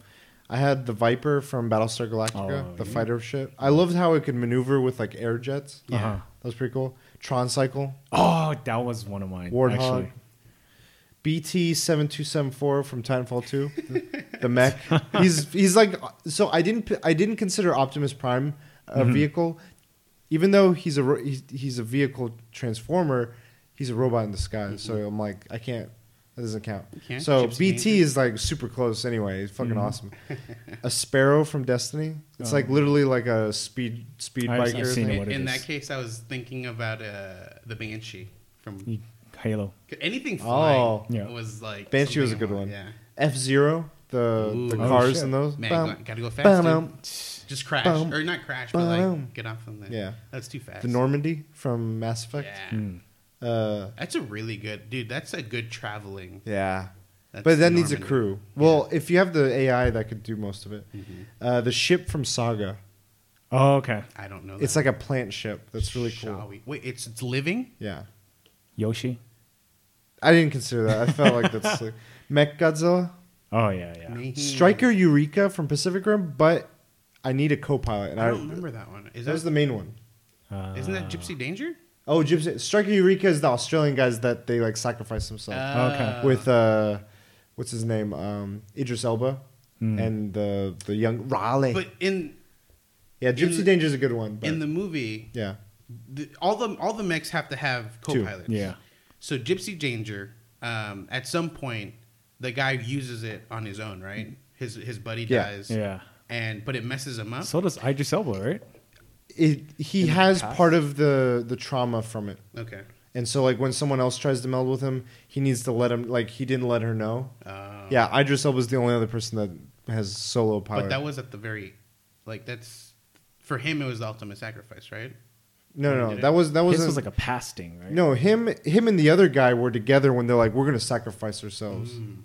S1: I had the Viper from Battlestar Galactica,
S3: Oh,
S1: the
S3: yeah.
S1: fighter ship. I loved how it could maneuver with like air jets.
S2: Yeah.
S3: Uh-huh.
S1: That was pretty cool. Tron cycle.
S3: Oh, that was one of mine.
S1: Warthog.
S3: Actually.
S1: BT seven two seven four from Titanfall two, the mech. He's he's like so. I didn't p- I didn't consider Optimus Prime a
S3: Mm-hmm.
S1: vehicle, even though he's a ro- he's, he's a vehicle transformer. He's a robot in disguise. So
S3: Mm-hmm.
S1: I'm like I can't. That doesn't count.
S2: can't.
S1: So
S2: Ships
S1: BT
S2: need
S1: is like super close anyway. It's
S3: Mm-hmm.
S1: fucking awesome. a sparrow from Destiny. It's like literally like a speed speed
S3: I've- I've
S1: biker.
S3: Oh. seen
S1: thing.
S3: know it. what
S2: In, in
S3: is.
S2: that case, I was thinking about uh, the Banshee from
S3: You- Halo.
S2: anything flying.
S1: Oh.
S3: Mm. Yeah.
S2: was like
S1: Banshee was a
S2: something
S1: good
S2: I
S1: one.
S2: wanted, Yeah.
S1: F Zero, the the
S2: Ooh.
S3: Oh,
S1: cars
S3: shit.
S1: and those.
S2: Man,
S1: Bam.
S2: go- gotta go fast.
S1: Bam.
S2: dude. Just crash
S1: Bum.
S2: or not crash, but
S1: Bum.
S2: like get off on that.
S1: Yeah.
S2: that's too fast.
S1: The Normandy from Mass Effect.
S2: Yeah,
S1: Uh,
S2: that's a really good dude. That's a good traveling.
S1: yeah.
S2: That's
S1: but that
S2: the
S1: needs a
S2: Normandy.
S1: crew. Well, if you have the AI that could do most of it.
S2: Mm-hmm.
S1: Uh, the ship from Saga.
S3: Oh, okay.
S2: I don't know.
S1: It's like a plant ship. That's really cool.
S2: Shall we- Wait, it's it's living.
S1: Yeah.
S3: Yoshi.
S1: I didn't consider that. I felt like that's like Mech Godzilla.
S3: Oh yeah, yeah.
S2: Maybe.
S1: Striker Eureka from Pacific Rim, but I need a co pilot. And
S2: I
S1: I,
S2: don't remember that one. Is
S1: that was
S2: that
S1: the main one.
S3: Uh,
S2: Isn't that Gypsy Danger?
S1: Oh, Gypsy. Striker Eureka is the Australian guys that they like sacrifice themselves.
S2: Ah.
S3: okay.
S1: with uh, what's his name, um, Idris Elba,
S3: Hmm.
S1: and the the young Raleigh.
S2: But in
S1: yeah, Gypsy
S2: in-
S1: Danger is a good one. But,
S2: in the movie,
S1: yeah,
S2: the, all the all the mechs have to have
S1: Two.
S2: co-pilots.
S3: Yeah.
S2: So Gypsy Danger, um, at some point, the guy uses it on his own, right? His his buddy
S1: Yeah.
S2: dies.
S3: Yeah.
S2: And but it messes him up.
S3: So does Idris Elba, right?
S1: it he
S3: In the
S1: has
S3: past?
S1: part of the the trauma from it,
S2: okay.
S1: and so like when someone else tries to meld with him, he needs to let him like he didn't let her know.
S2: Uh,
S1: yeah, Idris Elba's the only other person that has solo pilot.
S2: But that was at the very, like that's for him. It was the ultimate sacrifice, right?
S1: no,
S2: Did
S1: no,
S2: it-
S1: that was that
S3: This
S1: wasn't
S3: was like a past thing, right?
S1: no him him and the other guy were together when they're like we're gonna sacrifice ourselves,
S2: Mm.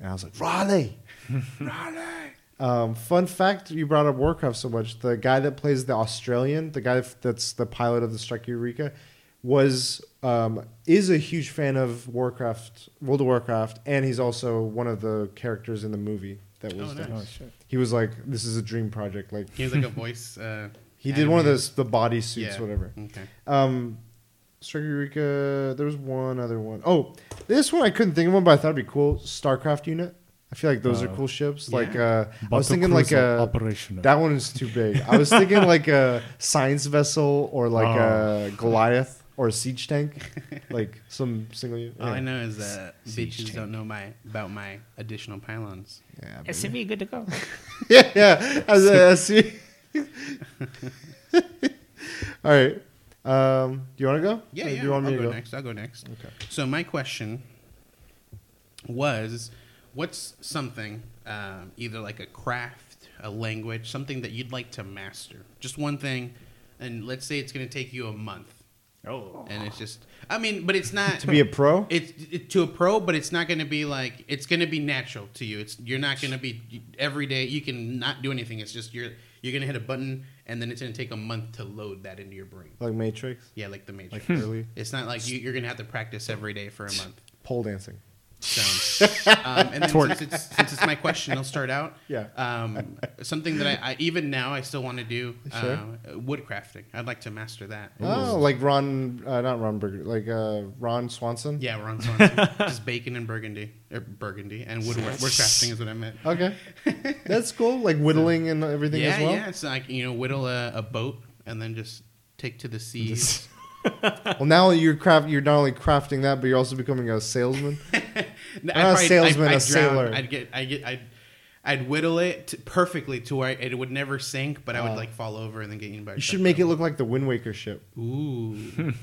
S1: and I was like Raleigh. Um, fun fact: You brought up Warcraft so much. The guy that plays the Australian, the guy that's the pilot of the Strike Eureka, was um, is a huge fan of Warcraft, World of Warcraft, and he's also one of the characters in the movie that was.
S2: Oh,
S1: done.
S3: Oh
S2: nice.
S3: shit.
S1: He was like, "This is a dream project." Like
S2: He was like a voice. Uh,
S1: he did one of
S2: animated-
S1: those the body suits,
S2: Yeah.
S1: whatever.
S2: Okay.
S1: Um, Strike Eureka. There was one other one. Oh, this one I couldn't think of one, but I thought it'd be cool. Starcraft unit. I feel like those are
S3: Oh.
S1: cool ships.
S2: Yeah.
S1: Like uh, I was thinking, like
S3: Battlecruiser
S1: a
S3: operational.
S1: that one is too big. I was thinking like a science vessel or like a
S3: Oh.
S1: Goliath or a siege tank, like some single. Unit.
S2: All Oh, I know is that
S3: Siege
S2: bitches
S3: tank.
S2: don't know my about my additional pylons.
S1: Yeah, baby.
S4: SCV, good to go.
S1: yeah, yeah. As a, as a- All right. Um, do you want to go?
S2: Yeah,
S1: Or
S2: yeah.
S1: Do you want
S2: I'll
S1: me
S2: go,
S1: to go?
S2: next. I'll go next.
S1: Okay.
S2: So my question was, what's something, um, either like a craft, a language, something that you'd like to master? Just one thing, and let's say it's going to take you a month,
S3: Oh.
S2: and it's just, I mean, but it's not
S1: To be a pro?
S2: It's it, to a pro, but it's not going to be like it's going to be natural to you. It's you're not going to be every day. You can not do anything. It's just you're you're going to hit a button, and then it's going to take a month to load that into your brain.
S1: Like Matrix,
S2: Yeah, like the Matrix.
S1: like hmm.
S3: Hmm.
S1: early
S2: It's not like you, you're gonna have to practice every day for a month.
S1: pole dancing.
S2: So, um, and then since it's, since it's my question, I'll start out.
S1: Yeah.
S2: Um, something that I, I even now I still want to do
S1: Sure.
S2: um, woodcrafting. I'd like to master that.
S1: Oh, like Ron, uh, not Ron Burger, like uh, Ron Swanson.
S2: Yeah, we're on Swanson. just bacon and burgundy, or burgundy and wood woodcrafting is what I meant.
S1: Okay, that's cool. Like whittling and everything
S2: yeah,
S1: as well.
S2: yeah. It's like you know, whittle a, a boat and then just take to the seas.
S1: Well, now you're craft. You're not only crafting that, but you're also becoming a salesman.
S2: No,
S1: Not a salesman,
S2: I'd,
S1: a
S2: I'd
S1: sailor.
S2: I'd get, I get, I'd, I'd whittle it to, perfectly to where it would never sink, but I would
S1: Oh.
S2: like fall over and then get eaten by. a
S1: You should
S2: shark.
S1: make it look like the Wind Waker ship.
S2: Ooh.
S1: With
S2: Dang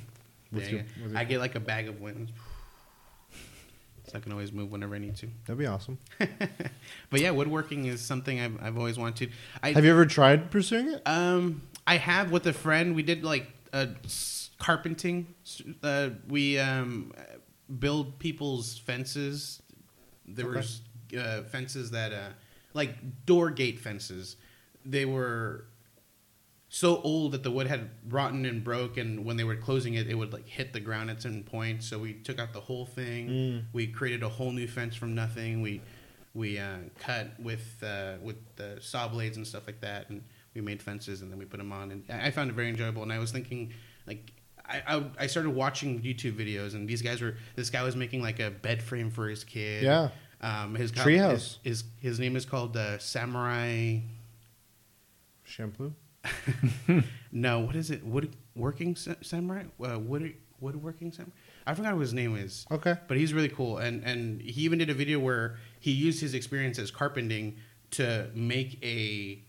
S1: your-
S2: it.
S1: with your-
S2: I get like a bag of winds. So I can always move whenever I need to.
S1: That'd be awesome.
S2: But yeah, woodworking is something I've, I've always wanted. I
S1: Have you ever tried pursuing it?
S2: Um, I have with a friend. We did like uh, s- carpenting. S- Uh, we um, uh, build people's fences. There were uh, fences that, uh, like door gate fences, they were so old that the wood had rotten and broke and when they were closing it it would like hit the ground at certain points so we took out the whole thing
S1: Mm.
S2: we created a whole new fence from nothing we we uh, cut with uh, with the saw blades and stuff like that and we made fences and then we put them on and i I found it very enjoyable and i was thinking like I, I, I started watching YouTube videos and these guys were this guy was making like a bed frame for his kid
S1: Yeah.
S2: um his co-
S1: Treehouse.
S2: his, his his name is called uh, Samurai
S1: Shampoo.
S2: no, what is it? Wood working sa- samurai? Uh, wood woodworking samurai? I forgot what his name is.
S1: Okay.
S2: But he's really cool, and and he even did a video where he used his experience as carpenting to make a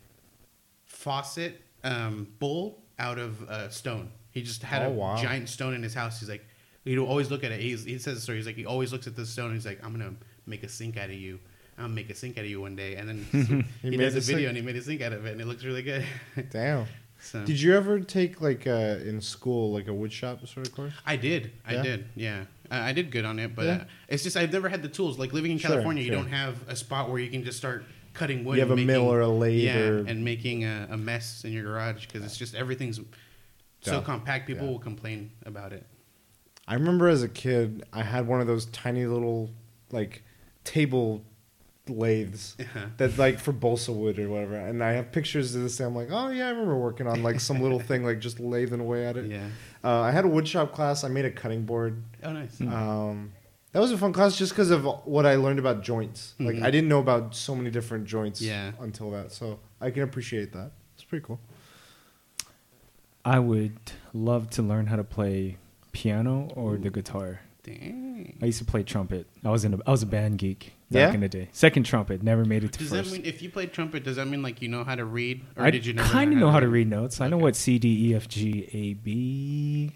S2: faucet um, bowl out of uh, stone. He just had
S1: Oh,
S2: a
S1: wow.
S2: giant stone in his house. He's like, he'd always look at it. He's, he says, so he's like, he always looks at this stone. and He's like, I'm gonna make a sink out of you. I'm gonna make a sink out of you one day. And then
S1: He
S2: he,
S1: made
S2: does
S1: the
S2: a video
S1: sink.
S2: and he made a sink out of it, and it looks really good.
S1: Damn.
S2: so.
S1: Did you ever take like uh, in school like a wood shop sort of course?
S2: I did. I
S1: Yeah?
S2: did. Yeah. I I did good on it, but
S1: Yeah.
S2: uh, it's just I've never had the tools. Like living in
S1: Sure,
S2: California,
S1: sure.
S2: you don't have a spot where you can just start cutting wood.
S1: You have
S2: and
S1: a mill or a lathe
S2: Yeah,
S1: or-
S2: and making a, a mess in your garage because it's just everything's so
S1: Yeah.
S2: compact. People
S1: Yeah.
S2: will complain about it.
S1: I remember as a kid, I had one of those tiny little like table lathes
S2: Uh-huh.
S1: that like for balsa wood or whatever. And I have pictures of this. And I'm like, oh yeah, I remember working on like some little thing, like just lathing away at it.
S2: Yeah.
S1: Uh, I had a wood shop class. I made a cutting board.
S2: Oh, nice.
S3: Hmm. Uh,
S1: Um, that was a fun class just because of what I learned about joints. Like
S2: Mhm.
S1: I didn't know about so many different joints
S2: Yeah.
S1: until that. So I can appreciate that. It's pretty cool.
S3: I would love to learn how to play piano or the guitar.
S2: Dang.
S3: I used to play trumpet. I was in a, I was a band geek back
S1: Yeah?
S3: in the day. Second trumpet, never made it to
S2: Does that
S3: first.
S2: mean if you played trumpet? Does that mean like you know how to read, or
S3: I
S2: did you
S3: kind of know how to read notes. I know what C D E F G A B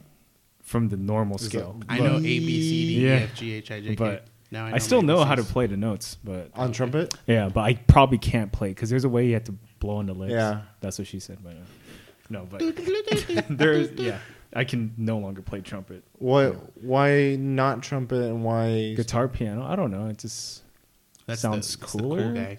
S3: from the normal
S1: Is
S3: scale.
S1: that-
S2: I know A B C D E
S3: Yeah.
S2: F G H I J K.
S3: But
S2: now
S3: I, still
S2: my
S3: know how to
S2: ABCs.
S3: play the notes, but
S1: On trumpet.
S3: yeah, but I probably can't play because there's a way you have to blow on the lips.
S1: Yeah.
S3: that's what she said. But uh, no, but there's yeah, I can no longer play trumpet,
S1: Why? Why not trumpet and why?
S3: guitar, piano. I don't know. It just
S2: That's
S3: Sounds
S2: the, that's The
S3: cooler.
S2: cool guy.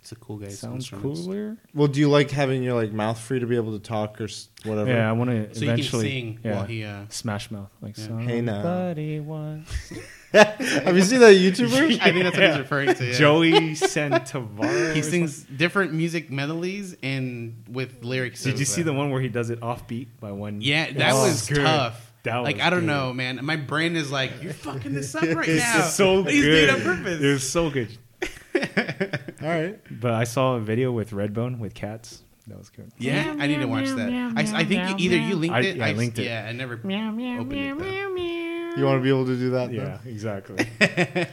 S2: It's a cool guy.
S3: sounds cooler.
S1: Well, do you like having your like mouth free to be able to talk or s- whatever?
S3: Yeah, I want to
S2: So you can
S3: eventually.
S2: sing
S3: yeah,
S2: while he uh,
S3: Smash Mouth, like
S2: Yeah.
S1: Hey now.
S3: somebody once.
S1: Have you seen that YouTuber?
S2: I think that's what he's referring to. yeah.
S3: Joey Santavar.
S2: He sings different music melodies and with lyrics.
S3: Did you
S2: of,
S3: see
S2: uh,
S3: the one where he does it offbeat by one?
S2: Yeah, that
S3: Oh,
S2: was
S3: good.
S2: tough.
S3: That was
S2: like I don't
S3: good.
S2: know, man. My brain is like, you're fucking this up right
S3: It's
S2: now.
S3: just so
S2: He's
S3: good.
S2: doing it on purpose.
S3: It was so good.
S1: All right.
S3: But I saw a video with Redbone with cats. That was good.
S2: yeah, I need to watch that. I, s- I think you- either you linked
S3: I-
S2: it.
S3: yeah, I linked it.
S2: Yeah, I never opened it. Though.
S1: You want to be able to do that
S3: Yeah,
S1: yeah.
S3: exactly.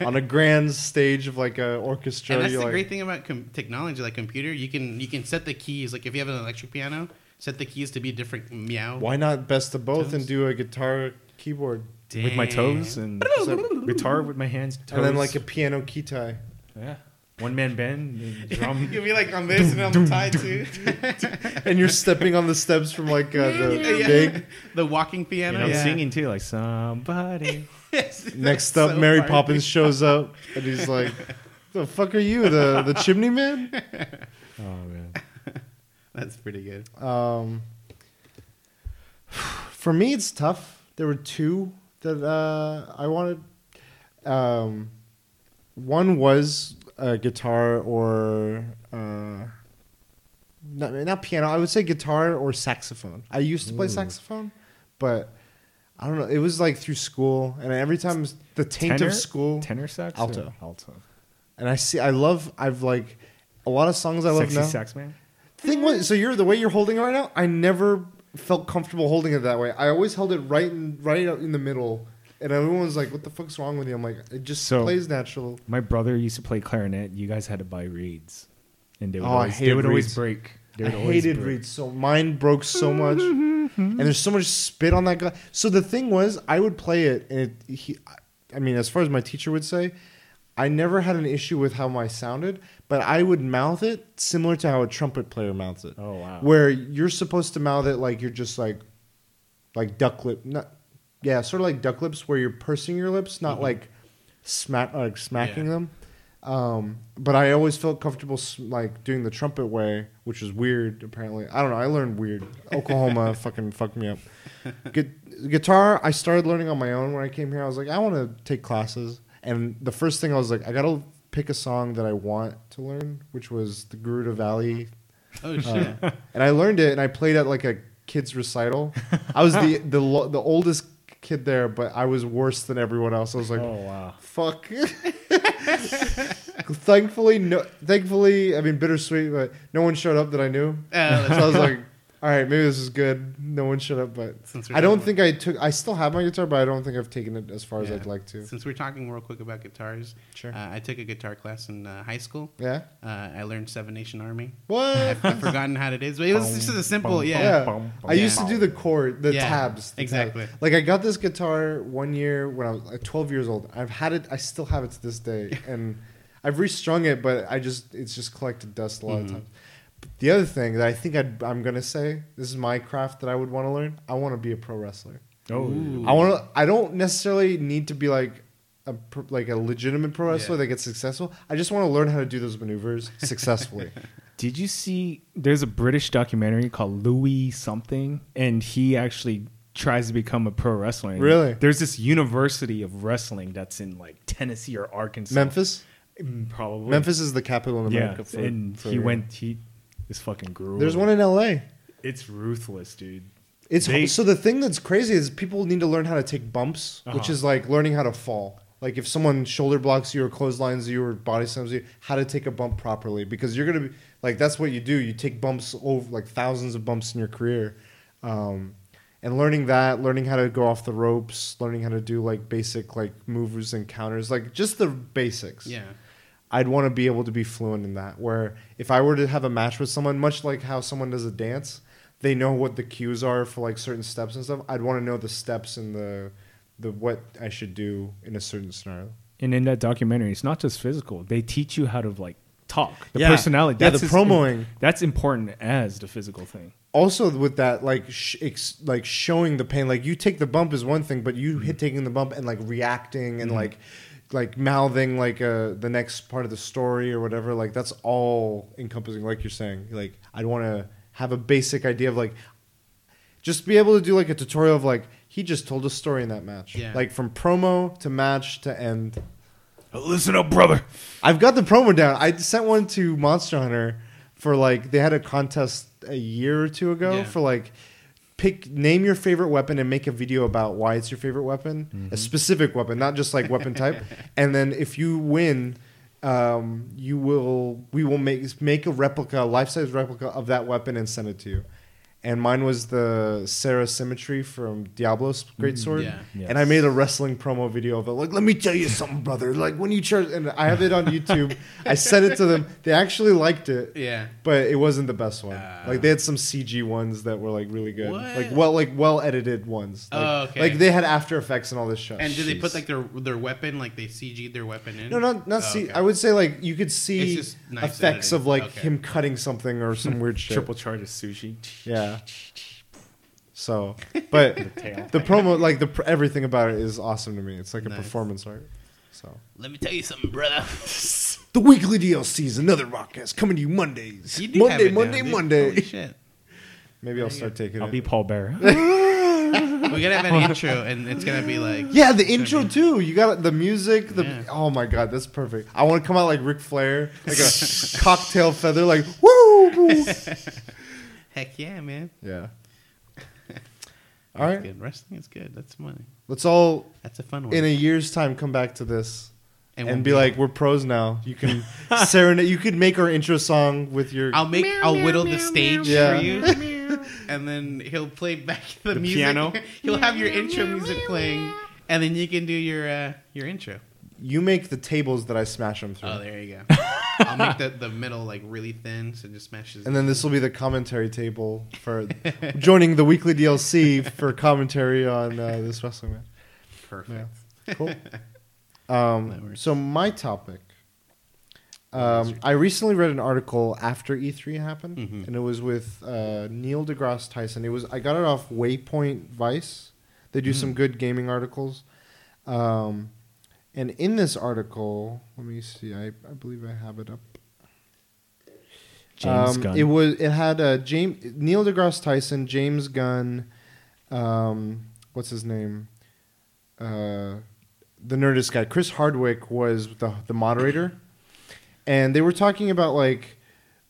S1: on a grand stage of like a orchestra.
S2: and that's
S1: you're
S2: the
S1: like,
S2: great thing about com- technology, like computer, you can you can set the keys. Like if you have an electric piano, set the keys to be different meow.
S1: Why not best of both and
S2: Toes?
S1: do a guitar keyboard
S3: with my toes
S2: Damn.
S3: and guitar with my hands. Toes.
S1: and then like a piano key tie?
S3: yeah, one man band, and drum.
S2: You'll be like on this and on the tie too.
S1: and you're stepping on the steps from like uh, the
S2: Yeah.
S1: big.
S2: the walking piano.
S3: And I'm
S2: yeah.
S3: singing too, like somebody.
S2: Yes.
S1: Next
S2: That's
S1: up,
S2: so
S1: Mary
S2: funny.
S1: Poppins shows up and he's like, "The fuck are you, the the chimney man?"
S3: oh man,
S2: That's pretty good.
S1: Um, for me, it's tough. There were two that uh, I wanted. Um, one was a guitar or uh, not, not piano. I would say guitar or saxophone. I used to play saxophone, but I don't know. It was like through school, and every time the taint
S3: Tenor?
S1: of school.
S3: tenor sax, or-
S1: Alto.
S3: alto,
S1: And I see, I love. I've like a lot of songs I love
S3: sexy
S1: now.
S3: sax man.
S1: Thing was, so you're the way you're holding it right now. I never felt comfortable holding it that way. I always held it right in right out in the middle, and everyone's like, "What the fuck's wrong with you?" I'm like, "It just
S3: So-
S1: plays natural."
S3: My brother used to play clarinet. You guys had to buy reeds, and they would,
S1: Oh, I
S3: always, they
S1: hated
S3: would always
S1: reeds.
S3: break. They
S1: I
S3: would always
S1: hated
S3: break.
S1: reeds so mine broke so much, and there's so much spit on that guy. So the thing was, I would play it, and it, he, I mean, as far as my teacher would say, I never had an issue with how my sounded, but I would mouth it similar to how a trumpet player mouths it.
S3: Oh, wow.
S1: Where you're supposed to mouth it like you're just like, like duck lip, not, yeah, sort of like duck lips, where you're pursing your lips, not like smack like smacking
S2: Yeah.
S1: them. Um, but I always felt comfortable s- like doing the trumpet way, which is weird. Apparently, I don't know. I learned weird. Oklahoma fucking fucked me up. Gu- guitar, I started learning on my own when I came here. I was like, I want to take classes, and the first thing I was like, I gotta pick a song that I want to learn, which was the Garuda Valley Uh,
S2: Oh shit.
S1: and I learned it, and I played at like a kids recital. I was the the lo- the oldest kid there, but I was worse than everyone else. I was like,
S3: Oh wow.
S1: fuck. thankfully, no. Thankfully, I mean, bittersweet, but no one showed up that I knew.
S2: Uh,
S1: so I was like, all right, maybe this is good. No one showed up, but
S2: Since we're
S1: I don't
S2: talking
S1: think I took. I still have my guitar, but I don't think I've taken it as far as
S2: Yeah.
S1: I'd like to.
S2: Since we're talking real quick about guitars,
S1: Sure.
S2: uh, I took a guitar class in uh, high school.
S1: Yeah.
S2: Uh, I learned Seven Nation Army.
S1: What?
S2: I've, I've forgotten how it is, but it was just a simple,
S3: bum,
S2: yeah.
S1: Yeah.
S3: Bum, bum,
S1: I used to
S3: bum.
S1: do the chord, the
S2: Yeah,
S1: tabs. the
S2: exactly.
S1: tabs. Like I got this guitar one year when I was like, 12 years old. I've had it. I still have it to this day, and I've restrung it, but I just it's just collected dust a lot
S3: Mm-hmm.
S1: of times. But the other thing that I think I'd, I'm gonna say this is my craft that I would want to learn. I want to be a pro wrestler.
S3: Oh,
S2: Ooh.
S1: I want to. I don't necessarily need to be like. A, pro- like a legitimate pro wrestler
S2: Yeah.
S1: that gets successful. I just want to learn how to do those maneuvers successfully.
S3: Did you see? There's a British documentary called Louis something, and he actually tries to become a pro wrestler. And
S1: Really?
S3: There's this university of wrestling that's in like Tennessee or Arkansas.
S1: Memphis,
S3: Mm, probably.
S1: Memphis is the capital in
S3: yeah.
S1: America. for-
S3: and
S1: for-
S3: he went. He is fucking grueling.
S1: There's one in L.A.
S3: It's ruthless, dude.
S1: It's
S3: They-
S1: so the thing that's crazy is people need to learn how to take bumps, which
S3: Uh-huh.
S1: is like learning how to fall. Like if someone shoulder blocks you or clotheslines you or body slams you, how to take a bump properly because you're gonna be like that's what you do. You take bumps over like thousands of bumps in your career, um, and learning that, learning how to go off the ropes, learning how to do like basic like moves and counters, like just the basics.
S2: Yeah.
S1: I'd want to be able to be fluent in that. Where if I were to have a match with someone, much like how someone does a dance, they know what the cues are for like certain steps and stuff. I'd want to know the steps and the the what I should do in a certain scenario.
S3: And in that documentary, it's not just physical. They teach you how to like talk, the
S1: Yeah.
S3: personality.
S1: Yeah,
S3: That's
S1: the
S3: as-
S1: promoing.
S3: That's important as the physical thing.
S1: Also, with that, like sh- ex- like showing the pain, like you take the bump is one thing, but you hit taking the bump and like reacting and like like mouthing like uh, the next part of the story or whatever. Like that's all encompassing. Like you're saying, like I'd want to have a basic idea of like just be able to do like a tutorial of like he just told a story in that match
S2: Yeah.
S1: like from promo to match to end
S3: Listen up, brother.
S1: i've got the promo down i sent one to monster hunter for like they had a contest a year or two ago
S2: Yeah.
S1: for like pick name your favorite weapon and make a video about why it's your favorite weapon
S2: Mm-hmm.
S1: a specific weapon not just like weapon type and then if you win um, you will we will make make a replica a life-size replica of that weapon and send it to you and mine was the Sarah Symmetry from Diablo's Great Sword.
S2: Mm, yeah.
S3: Yes.
S1: And I made a wrestling promo video of it. Like, let me tell you something, brother. Like when you charge, and I have it on YouTube. I sent it to them. They actually liked it.
S2: Yeah.
S1: But it wasn't the best one.
S2: Ah.
S1: like they had some CG ones that were like really good,
S2: What?
S1: like well, like well edited ones. Like,
S2: Oh, okay.
S1: like they had After Effects and all this shit.
S2: And did they put
S3: Jeez.
S2: like their their weapon, like they CG'd their weapon in?
S1: Oh, No, not not
S2: Oh,
S1: see.
S2: okay.
S1: I would say like you could
S2: It's
S1: see
S2: just nice
S1: effects
S2: editing.
S1: of like
S2: Okay.
S1: him cutting something or some weird shit.
S3: Triple charge of sushi.
S1: Yeah. So, but
S3: tail.
S1: the promo, like the pr- everything about it, is awesome to me. It's like a
S2: Nice.
S1: performance art. So
S2: Let me tell you something, brother.
S1: the weekly DLC is another rockcast coming to you Mondays.
S2: You do have
S1: Monday,
S2: it
S1: Monday,
S2: down, dude. Holy
S1: Monday.
S2: shit.
S1: Maybe I'll start taking
S3: I'll
S1: it.
S3: be Paul Bear.
S2: We gotta have an intro, and it's gonna be like
S1: yeah, the intro too. You got the music. The
S2: Yeah.
S1: oh my god, that's perfect. I want to come out like Ric Flair, like a cocktail feather, like woo. woo.
S2: Heck yeah, man.
S1: Yeah. All
S2: That's
S1: right,
S2: Good. Wrestling is good. That's money.
S1: let's all
S2: That's a fun one.
S1: in a year's time come back to this
S2: And
S1: and,
S2: we'll
S1: be
S2: be-
S1: like, we're pros now. You can serenade. You could make our intro song with your.
S2: I'll make I'll whittle the stage
S1: meow,
S2: for you,
S1: meow,
S2: and then he'll play back the,
S3: The
S2: music.
S3: piano.
S2: he'll have your intro music playing, and then you can do your uh, your intro.
S1: you make the tables that I smash them through,
S2: Oh, there you go. I'll make the, the middle like really thin, so it just smashes.
S1: and then this will be the commentary table for joining the weekly DLC for commentary on uh, this wrestling match.
S2: perfect.
S1: Cool.
S2: That
S1: Um,
S2: works.
S1: so my topic.
S2: was
S1: Um, I recently read an article after E3 happened,
S2: Mhm.
S1: and it was with uh, Neil deGrasse Tyson. It was I got it off Waypoint Vice. They do
S2: Mm-hmm.
S1: some good gaming articles, um, and in this article, let me see. I, I believe I have it up.
S3: James
S1: Um,
S3: Gunn.
S1: It was. It had uh, James Neil deGrasse Tyson, James Gunn. Um, what's his name? Uh, the Nerdist guy, Chris Hardwick, was the the moderator, and they were talking about like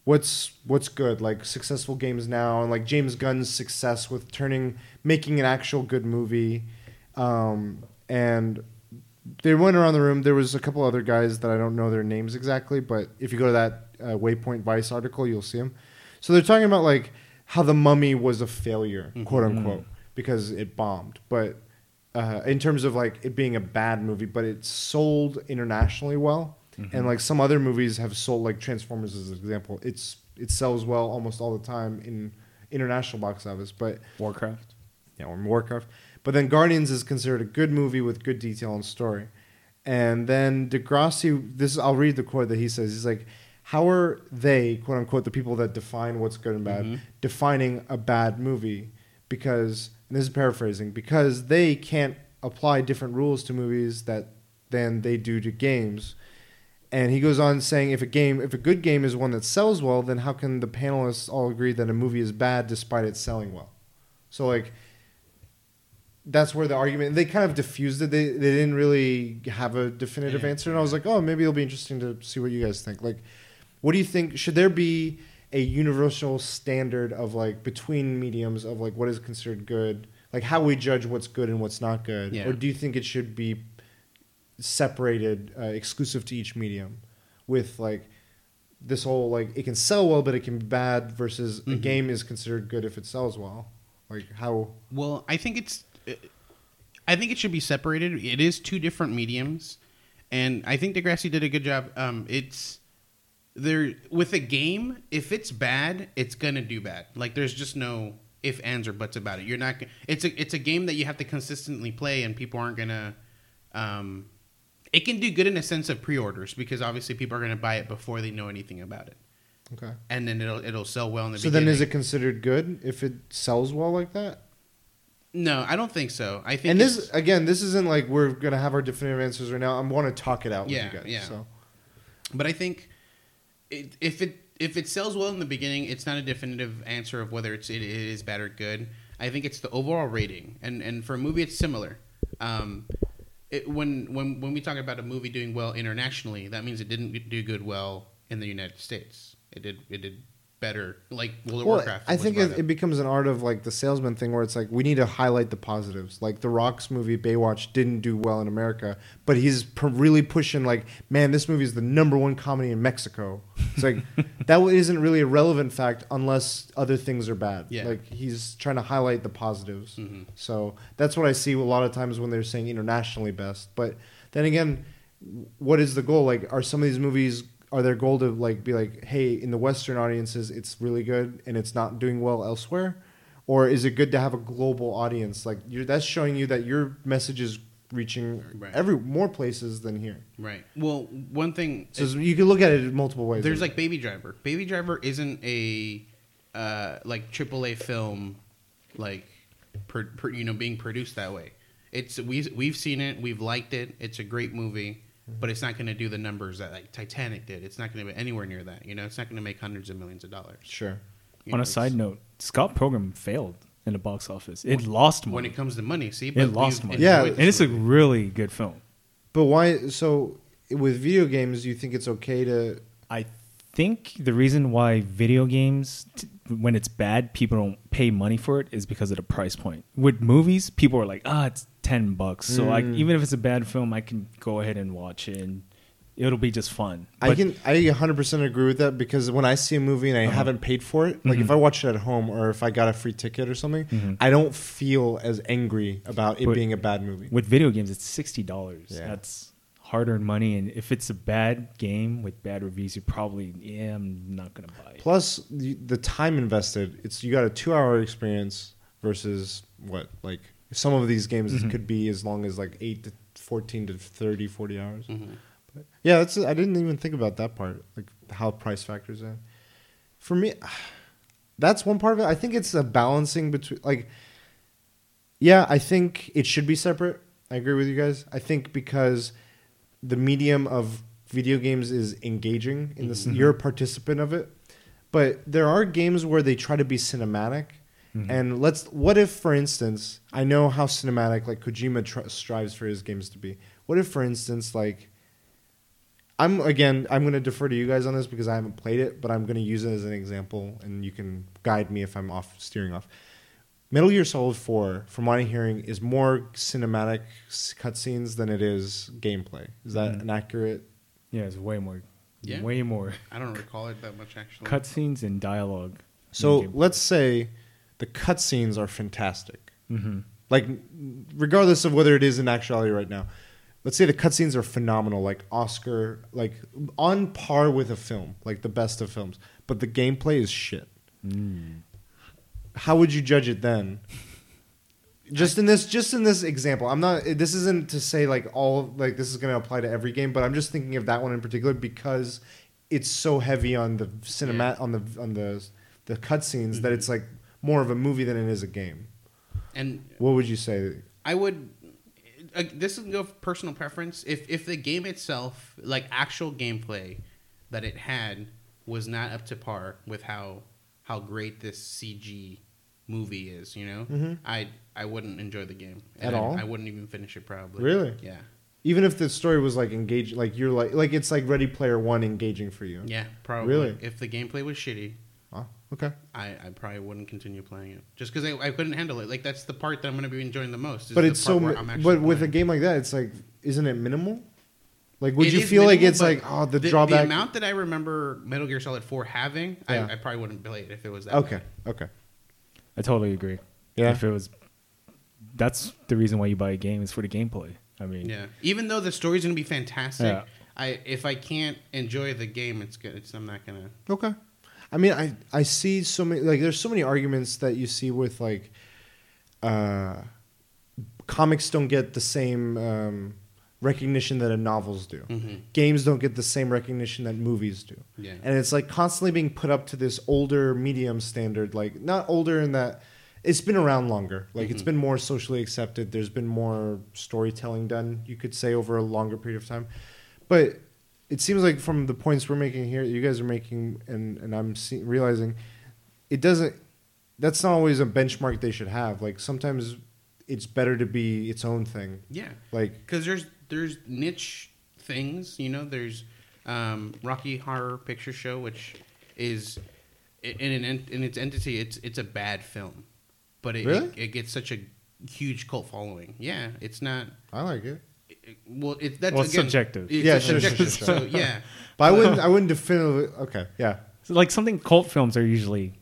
S1: what's what's good, like successful games now, and like James Gunn's success with turning making an actual good movie, um, and. They went around the room. There was a couple other guys that I don't know their names exactly, but if you go to that uh, Waypoint Vice article, you'll see them. So they're talking about like how the Mummy was a failure, quote unquote, because it bombed. But uh, in terms of like it being a bad movie, but it sold internationally well, and like some other movies have sold, like Transformers as an example, it's it sells well almost all the time in international box office, but
S3: Warcraft.
S1: yeah, or Warcraft. But then Guardians is considered a good movie with good detail and story. And then Degrassi, this I'll read the quote that he says. He's like, "How are they, quote unquote, the people that define what's good and bad, defining a bad movie? Because, and this is paraphrasing, because they can't apply different rules to movies that than they do to games." And he goes on saying, if a game, if a good game is one that sells well, then how can the panelists all agree that a movie is bad despite it selling well? So like, that's where the argument they kind of diffused it. They they didn't really have a definitive
S2: Yeah.
S1: answer, and I was like, oh, maybe it'll be interesting to see what you guys think. Like, what do you think? Should there be a universal standard of like between mediums of like what is considered good, like how we judge what's good and what's not good,
S2: Yeah.
S1: or do you think it should be separated, uh, exclusive to each medium, with like this whole like it can sell well but it can be bad versus
S2: Mm-hmm.
S1: a game is considered good if it sells well like how
S2: Well, I think it's, I think it should be separated. It is two different mediums, and I think Degrassi did a good job. Um, it's there with a game. If it's bad, it's gonna do bad. Like there's just no if ands or buts about it. You're not. g- It's a it's a game that you have to consistently play, and people aren't gonna. Um, it can do good in a sense of pre-orders because obviously people are gonna buy it before they know anything about it,
S1: okay
S2: and then it'll it'll sell well in the
S1: so
S2: beginning.
S1: then is it considered good if it sells well like that
S2: No, I don't think so. I think
S1: and
S2: it's-
S1: this again this isn't like we're gonna have our definitive answers right now i want to talk it out
S2: Yeah,
S1: with you guys
S2: yeah.
S1: so
S2: But I think it, if it if it sells well in the beginning, it's not a definitive answer of whether it's it is bad or good. I think it's the overall rating, and and for a movie, it's similar. Um, it, when when when we talk about a movie doing well internationally, that means it didn't do good well in the United States. It did it did better like World of
S1: well,
S2: Warcraft.
S1: I
S2: was
S1: think
S2: brought
S1: it,
S2: up.
S1: it becomes an art of like the salesman thing where it's like we need to highlight the positives. Like the Rock's movie Baywatch didn't do well in America, but he's pr- really pushing like, man, this movie is the number one comedy in Mexico. It's like that isn't really a relevant fact unless other things are bad.
S2: Yeah.
S1: Like he's trying to highlight the positives.
S2: Mm-hmm.
S1: So that's what I see a lot of times when they're saying internationally best. But then again, what is the goal? Like, are some of these movies are their goal to like be like, hey, in the Western audiences, it's really good and it's not doing well elsewhere, or is it good to have a global audience? Like, you're, that's showing you that your message is reaching
S2: Right.
S1: every more places than here.
S2: Right. Well, one thing
S1: So you can look at it in multiple ways.
S2: There's like Baby Driver. Baby Driver isn't a uh, like AAA film, like per, per, you know being produced that way. It's we we've seen it, we've liked it. It's a great movie,
S3: Mm-hmm.
S2: but it's not going to do the numbers that like Titanic did. It's not going to be anywhere near that. You know, it's not going to make hundreds of millions of dollars.
S1: sure.
S2: You
S3: On
S2: know,
S3: a side
S2: it's-
S3: note, Scott Pilgrim failed in the box office. It lost
S2: when
S3: money.
S2: it comes to money, see,
S3: it lost money.
S1: Yeah.
S2: enjoyed
S3: and it's
S2: this
S3: a
S2: movie.
S3: really good film.
S1: But why? So with video games, you think it's okay to?
S3: I think the reason why video games, t- when it's bad, people don't pay money for it is because of the price point. With movies, people are like, ah, it's ten bucks. So
S1: Mm.
S3: like, even if it's a bad film, I can go ahead and watch it, and it'll be just fun.
S1: I
S3: But- Uh-huh.
S1: can. I 100 percent agree with that because when I see a movie and I haven't paid for it,
S3: Mm-hmm.
S1: like if I watch it at home or if I got a free ticket or something, I don't feel as angry about it
S3: But-
S1: being a bad movie.
S3: with video games, it's sixty dollars.
S1: Yeah.
S3: That's hard-earned money, and if it's a bad game with bad reviews, you're probably yeah, I'm not gonna buy it.
S1: Plus the, the time invested. It's you got a two-hour experience versus what like some of these games
S3: Mm-hmm.
S1: could be as long as like eight to 14 to 30, 40 hours. But yeah, that's. I didn't even think about that part, like how price factors in. For me, that's one part of it. I think it's a balancing between like. Yeah, I think it should be separate. I agree with you guys. I think because the medium of video games is engaging in this you're a participant of it. But there are games where they try to be cinematic. And let's what if for instance, I know how cinematic like Kojima tr- strives for his games to be. What if for instance like I'm again. I'm going to defer to you guys on this because I haven't played it, but I'm going to use it as an example, and you can guide me if I'm off steering off. Metal Gear Solid Four, from what I'm hearing, is more cinematic s- cutscenes than it is gameplay. Is that an accurate?
S3: Yeah, it's way more,
S2: Yeah.
S3: way more
S2: I don't recall it that much actually.
S3: cutscenes and dialogue.
S1: So
S3: Okay.
S1: let's say the cutscenes are fantastic.
S3: Mhm.
S1: Like, regardless of whether it is in actuality right now, let's say the cutscenes are phenomenal, like Oscar, like on par with a film, like the best of films. But the gameplay is shit. How would you judge it then? Just in this, just in this example, I'm not. This isn't to say like all like this is going to apply to every game, but I'm just thinking of that one in particular because it's so heavy on the cinema on the on the the cutscenes
S2: Mm-hmm.
S1: that it's like more of a movie than it is a game.
S2: and
S1: What would you say?
S2: I would. Uh, this can go for personal preference. If if the game itself, like actual gameplay that it had, was not up to par with how how great this CG movie is, you know, I I wouldn't enjoy the game
S1: Mm-hmm. At
S2: I-
S1: all?
S2: I wouldn't even finish it probably.
S1: Really?
S2: Yeah.
S1: Even if the story was like engaging, like you're like like it's like Ready Player One engaging for you.
S2: Yeah. Probably.
S1: Really?
S2: If the gameplay was shitty,
S1: Oh, okay.
S2: I, I probably wouldn't continue playing it just because I, I couldn't handle it. Like that's the part that I'm going to be enjoying the most. is
S1: but
S2: the
S1: it's
S2: part
S1: so.
S2: where
S1: mi-
S2: I'm actually
S1: but with a
S2: playing.
S1: game like that, it's like, isn't it minimal? Like, would
S2: It
S1: you
S2: is
S1: feel like
S2: minimal,
S1: it's
S2: but
S1: like oh the,
S2: The
S1: drawback?
S2: amount that I remember Metal Gear Solid Four having,
S1: Yeah.
S2: I, I probably wouldn't play it if it was that.
S1: okay.
S2: bad.
S1: Okay.
S3: I totally agree.
S1: Yeah.
S3: If it was, that's the reason why you buy a game is for the gameplay. I mean,
S2: Yeah. Even though the story's gonna be fantastic,
S3: Yeah.
S2: I if I can't enjoy the game, it's good. It's I'm not gonna.
S1: Okay. I mean, I I see so many like there's so many arguments that you see with like, uh, comics don't get the same um, recognition that novels do. Games don't get the same recognition that movies do.
S2: Yeah.
S1: And it's like constantly being put up to this older medium standard, like not older in that it's been around longer. Like
S2: Mm-hmm.
S1: it's been more socially accepted. There's been more storytelling done, you could say, over a longer period of time. But it seems like from the points we're making here, you guys are making, and and I'm see, realizing, it doesn't. That's not always a benchmark they should have. Like sometimes it's better to be its own thing.
S2: Yeah.
S1: Like
S2: Because there's there's niche things. You know, there's um, Rocky Horror Picture Show, which is i- in an en- in its entity, it's it's a bad film, but it,
S1: Really?
S2: it it gets such a huge cult following. Yeah. It's not.
S1: I like it.
S2: well, it, that's
S3: Well, it's
S2: again,
S3: subjective.
S2: It's
S1: Yeah,
S2: yeah,
S1: sure, sure,
S2: subjective.
S1: sure, sure.
S2: So yeah,
S1: But I wouldn't. I wouldn't definitively. Okay, yeah.
S3: So, like something cult films are usually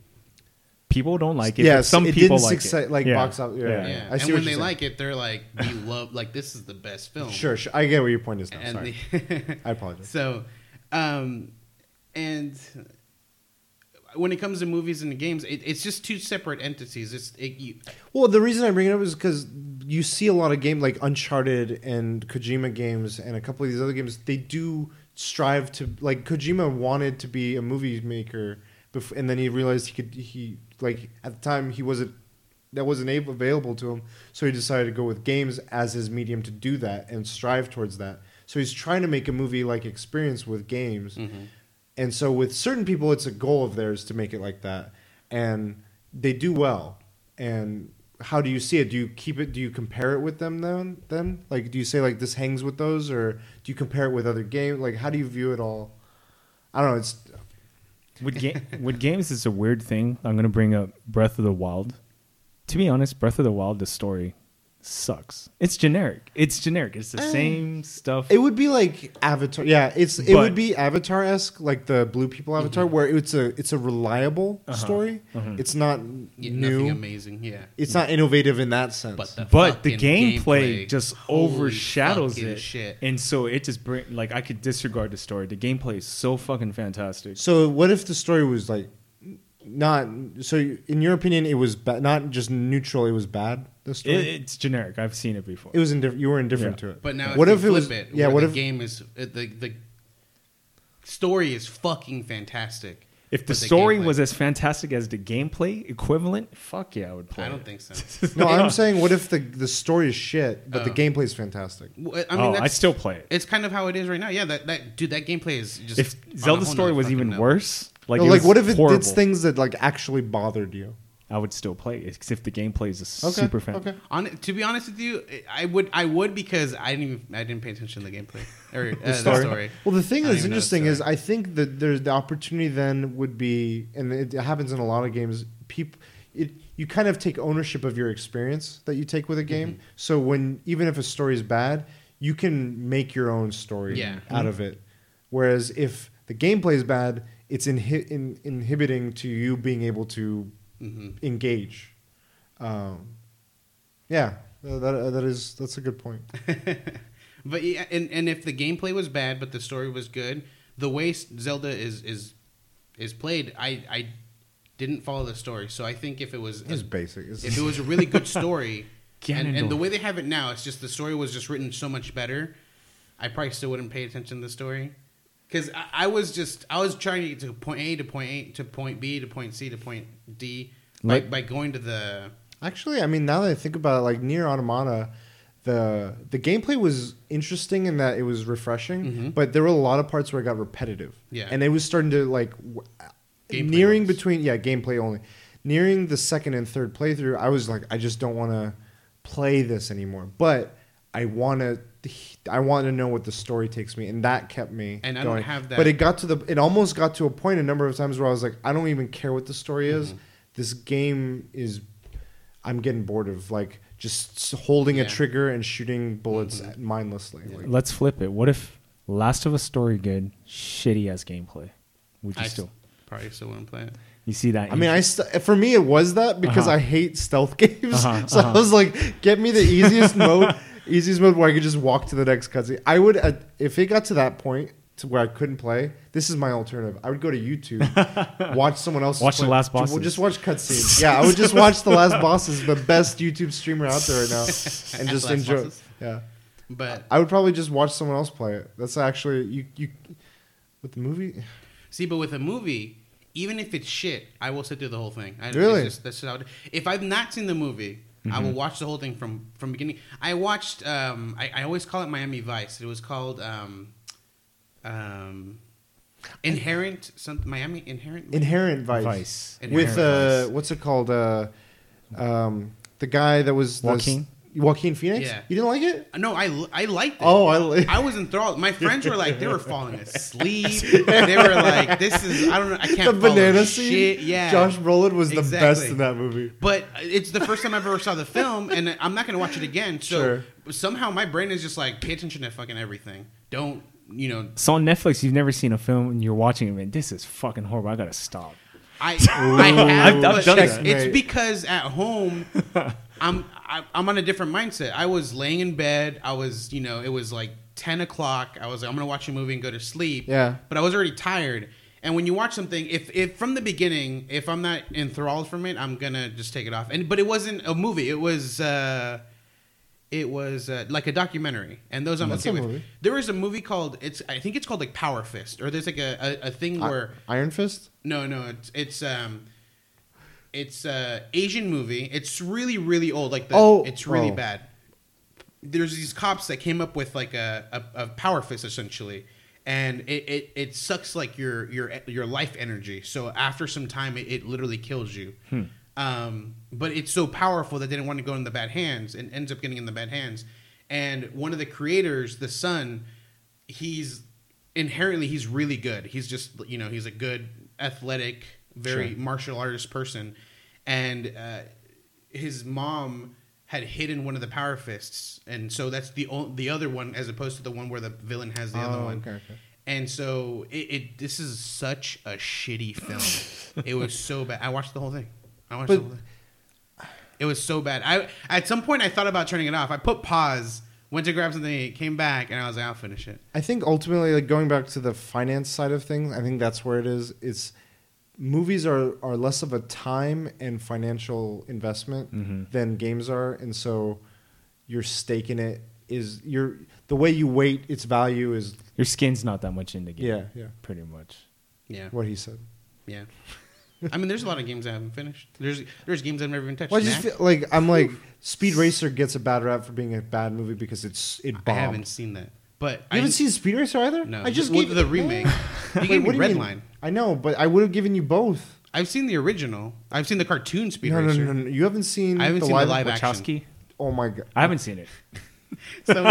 S3: people don't like it.
S1: Yeah,
S3: but some
S1: it
S3: people
S1: didn't
S3: like
S1: succeed-
S3: it.
S1: like box office- yeah,
S2: Yeah.
S1: yeah. I see what
S2: and when
S1: you're
S2: they
S1: saying.
S2: like it, they're like, we love, like, this is the best film.
S1: Sure, sure. I get what your point is now.
S2: Oh. And
S1: Sorry.
S2: the-
S1: I apologize.
S2: So, um, and when it comes to movies and games, it, it's just two separate entities. It's it, you,
S1: Well, the reason I bring it up is because you see a lot of game like Uncharted and Kojima games and a couple of these other games. They do strive to like Kojima wanted to be a movie maker, before, and then he realized he could. He like at the time he wasn't that wasn't ab- available to him, so he decided to go with games as his medium to do that and strive towards that. So he's trying to make a movie like experience with games. And so with certain people, it's a goal of theirs to make it like that, and they do well. And how do you see it? Do you keep it? Do you compare it with them then? Then like, do you say like this hangs with those, or do you compare it with other games? Like, how do you view it all? I don't know. It's
S3: with, ga- with games, it's a weird thing. I'm gonna bring up Breath of the Wild. To be honest, Breath of the Wild, the story sucks. It's generic. It's generic. It's the
S2: Eh.
S3: same stuff.
S1: it would be like Avatar. Yeah, it's it
S3: But-
S1: would be Avatar esque, like the Blue People Avatar, where it's a it's a reliable story. It's not
S2: yeah, nothing
S1: new.
S2: amazing. Yeah.
S1: It's not innovative in that sense.
S2: But the
S3: but the
S2: fucking
S3: gameplay, just
S2: holy
S3: overshadows
S2: fucking
S3: it,
S2: Shit.
S3: and so it just bring like I could disregard the story. The gameplay is so fucking fantastic.
S1: So what if the story was like not so in your opinion it was ba- not just neutral it was bad the
S3: It,
S1: story it,
S3: it's generic. I've seen it before.
S1: was indifferent you were indifferent
S3: Yeah.
S1: to it
S2: But now,
S1: what
S2: if,
S1: if
S2: you
S1: it
S2: flip
S1: was
S2: it,
S1: yeah
S2: where
S1: what
S2: the
S1: if
S2: game is uh, the the story is fucking fantastic.
S3: if the
S2: but
S3: story
S2: gameplay-
S3: was as fantastic as the gameplay equivalent, fuck yeah, I would play.
S2: I don't think
S3: it.
S2: so.
S1: no I'm saying what if the the story is shit but the
S2: Oh.
S1: gameplay is fantastic
S2: Well, I
S3: oh,
S2: mean,
S3: I
S2: that's,
S3: still play it.
S2: it's kind of how it is right now. Yeah, that, that dude, that gameplay is just.
S3: If
S2: on a
S3: Zelda's
S2: whole
S3: story
S2: nother
S3: was
S2: fucking
S3: even
S2: level.
S3: worse, like
S1: No,
S3: it
S1: like
S3: was
S1: what if it
S3: horrible,
S1: did things that like actually bothered you
S3: I would still play it because if the gameplay is a
S1: okay
S3: super fan.
S1: okay
S2: On to be honest with you, I would I would because I didn't even, I didn't pay attention to the gameplay or uh, the story.
S1: Well, the thing that's
S2: I don't even know the
S1: interesting
S2: story.
S1: is I think that there's the opportunity then would be, and it happens in a lot of games. People, it you kind of take ownership of your experience that you take with a game.
S2: Mm-hmm.
S1: So when even if a story is bad, you can make your own story
S2: Yeah.
S1: out of it. Whereas if the gameplay is bad, it's inhi- in, inhibiting to you being able to
S2: Mm-hmm.
S1: engage. Um, yeah, that, that that is that's a good point.
S2: But yeah, and and if the gameplay was bad but the story was good, the way S- Zelda is is is played, I I didn't follow the story. So I think if it was
S1: It's basic. It's
S2: if it was a really good story, and, and the
S3: Ganondorf.
S2: way they have it now, it's just the story was just written so much better. I probably still wouldn't pay attention to the story because I, I was just I was trying to get to point A to point A to point B to point C to point D by,
S3: Like-
S2: by going to the
S1: Actually, I mean, now that I think about it, like near Automata, the the gameplay was interesting in that it was refreshing, but there were a lot of parts where it got repetitive.
S2: Mm-hmm. Yeah.
S1: and it was starting to like w-
S2: Gameplay
S1: nearing
S2: wise.
S1: between yeah gameplay only, nearing the second and third playthrough. I was like, I just don't want to play this anymore, but I want to. I want to know what the story takes me, and that kept me.
S2: And I don't have that-
S1: But it got to the. It almost got to a point a number of times where I was like, I don't even care what the story is. This game is I'm getting bored of like just s- holding
S2: Yeah.
S1: a trigger and shooting bullets at- mindlessly. Like,
S3: Let's flip it. What if Last of Us story good, shitty ass gameplay? Would you
S2: I
S3: still?
S2: probably still wouldn't play it.
S3: You see that?
S1: I mean, I st- for me it was that because
S3: Uh-huh.
S1: I hate stealth games.
S3: Uh-huh,
S1: so I was like, get me the easiest mode, easiest mode where I could just walk to the next cutscene. I would uh, if it got to that point to where I couldn't play. This is my alternative. I would go to YouTube, watch someone else
S3: Watch the
S1: play.
S3: last
S1: Ju- well,
S3: bosses.
S1: Just watch cutscenes. yeah, I would just watch the last bosses, the best YouTube streamer out there right now, and
S2: The
S1: just
S2: last
S1: enjoy.
S2: bosses?
S1: Yeah.
S2: But
S1: I would probably just watch someone else play it. That's actually you you with the movie.
S2: See, but with a movie, even if it's shit, I will sit through the whole thing. I, it's
S1: Really? Mm-hmm.
S2: just- that's just how it- if I've not seen the movie, I will watch the whole thing from from beginning. I watched. Um, I, I always call it Miami Vice. It was called um, um, Inherent. Some Miami Inherent.
S1: Inherent Vice.
S3: Vice.
S1: With
S2: Inherent
S1: uh
S2: Vice.
S1: what's it called uh um the guy that was the,
S3: Joaquin?
S1: Joaquin Phoenix?
S2: Yeah.
S1: You didn't like it?
S2: no, I, l- I liked it.
S1: Oh, I li-
S2: I was enthralled. My friends were like, they were falling asleep. they were like, this is, I don't know, I can't
S1: The
S2: follow
S1: banana scene.
S2: shit. Yeah.
S1: Josh Brolin was the best
S2: Exactly.
S1: in that movie.
S2: But it's the first time I've ever saw the film, and I'm not going to watch it again. So
S1: Sure.
S2: somehow my brain is just like, pay attention to fucking everything. Don't you know,
S3: So on Netflix, you've never seen a film and you're watching it, and this is fucking horrible. I gotta stop.
S2: I, I have,
S3: I've- I've
S2: but
S3: done
S2: it's,
S1: that.
S2: it's
S1: Right.
S2: because at home, I'm I, I'm on a different mindset. I was laying in bed. I was, you know, it was like ten o'clock. I was like, I'm gonna watch a movie and go to sleep.
S1: Yeah.
S2: But I was already tired. And when you watch something, if if from the beginning, if I'm not enthralled from it, I'm gonna just take it off. And but it wasn't a movie. It was. uh it was uh, like a documentary, and those I'm
S1: That's
S2: okay
S1: a
S2: with.
S1: movie.
S2: There is a movie called it's I think it's called like Power Fist, or there's like a, a, a thing where
S1: Iron Fist.
S2: no, no, it's it's um, it's uh Asian movie. It's really really old. Like the,
S1: Oh.
S2: it's really
S1: Oh.
S2: bad. There's these cops that came up with like a, a, a power fist essentially, and it, it, it sucks like your your your life energy. So after some time, it, it literally kills you. Um, but it's so powerful that they didn't want to go in the bad hands, and ends up getting in the bad hands. And one of the creators, the son, he's inherently he's really good. He's just you know he's a good athletic, very martial artist person, and uh, his mom had hidden one of the power fists, and so that's the o- the other one as opposed to the one where the villain has the other
S1: Oh,
S2: one.
S1: okay, okay.
S2: And so it, it this is such a shitty film. it was so bad. I watched the whole thing. I watched the
S1: But-
S2: whole thing. It was so bad. I at some point I thought about turning it off. I put pause, went to grab something, to eat, came back, and I was like, I'll finish it.
S1: I think ultimately, like going back to the finance side of things, I think that's where it is. It's movies are are less of a time and financial investment
S3: Mm-hmm.
S1: than games are, and so your stake in it is your the way you weight its value is
S3: Your skin's not that much in the game.
S1: Yeah, yeah.
S3: Pretty much.
S2: Yeah.
S1: what he said.
S2: Yeah. I mean, there's a lot of games I haven't finished. There's there's games I've never even touched.
S1: Well, I just
S2: Knack,
S1: feel like I'm like Speed Racer gets a bad rap for being a bad movie because it's it bombed.
S2: I haven't seen that. But
S1: you haven't seen Speed Racer either.
S2: No,
S1: I just
S2: well,
S1: gave
S2: the remake. You
S1: Wait,
S2: gave
S1: what
S2: me
S1: do you
S2: Red
S1: mean?
S2: Line.
S1: I know, but I would have given you both.
S2: I've seen the original. I've seen the cartoon Speed
S1: No, no,
S2: Racer.
S1: no, no, no. You haven't seen.
S2: I haven't
S1: the
S2: seen
S1: live
S2: the live action.
S3: Wachowski?
S1: Oh my god.
S3: I haven't seen it.
S2: So,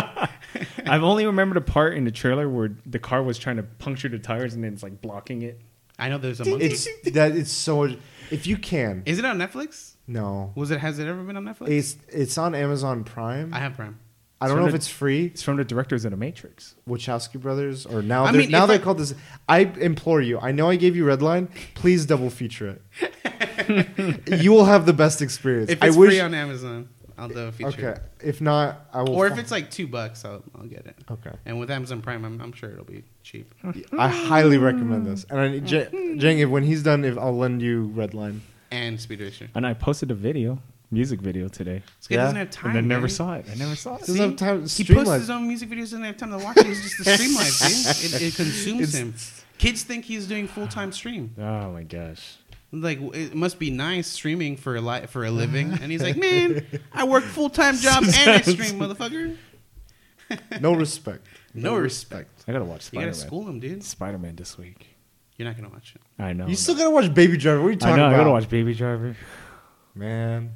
S3: I've only remembered a part in the trailer where the car was trying to puncture the tires and then it's like blocking it.
S2: I know there's a monkey.
S1: It's that it's so. If you can,
S2: Is it on Netflix?
S1: no,
S2: Was it? Has it ever been on Netflix?
S1: it's it's on Amazon Prime.
S2: I
S1: I,
S2: have Prime.
S1: don't know
S3: Sort
S1: if
S3: of-
S1: it's free.
S3: It's from the directors of The Matrix.
S1: Wachowski brothers, or now
S2: I
S1: they're,
S2: mean,
S1: now
S2: if
S1: they're
S2: I-
S1: called this. I implore you. I know I gave you Redline. Please double feature it. you will have the best experience.
S2: If
S1: I
S2: it's
S1: wish.
S2: free on Amazon, I'll do a feature.
S1: okay. If not, I will.
S2: Or if it's like two bucks, I'll, I'll get it.
S1: Okay.
S2: And with Amazon Prime, I'm, I'm sure it'll be cheap.
S1: I highly recommend this. And I, J- Jang, if when he's done, if I'll lend you Redline.
S2: And Speed Racer.
S3: And I posted a video, music video today.
S2: This guy
S1: Yeah.
S2: doesn't have time.
S3: and I never
S2: man.
S3: saw it. I never saw it.
S1: Doesn't have time to
S2: He
S1: stream
S2: posts
S1: live.
S2: his own music videos, doesn't have time to watch it. He's just the stream life, dude. It, it consumes him. Kids think he's doing full time stream.
S3: Oh my gosh.
S2: Like it must be nice streaming for a li- for a living. And he's like, man, I work full time job and I stream, motherfucker.
S1: No respect.
S2: No respect.
S3: I gotta
S2: You
S3: watch Spider
S2: gotta
S3: Man.
S2: school him, dude.
S3: Spider Man this week.
S2: You're not gonna watch it.
S3: I know.
S1: You still gotta watch Baby Driver. What are you talking
S3: I know.
S1: about?
S3: I gotta watch Baby Driver.
S1: Man,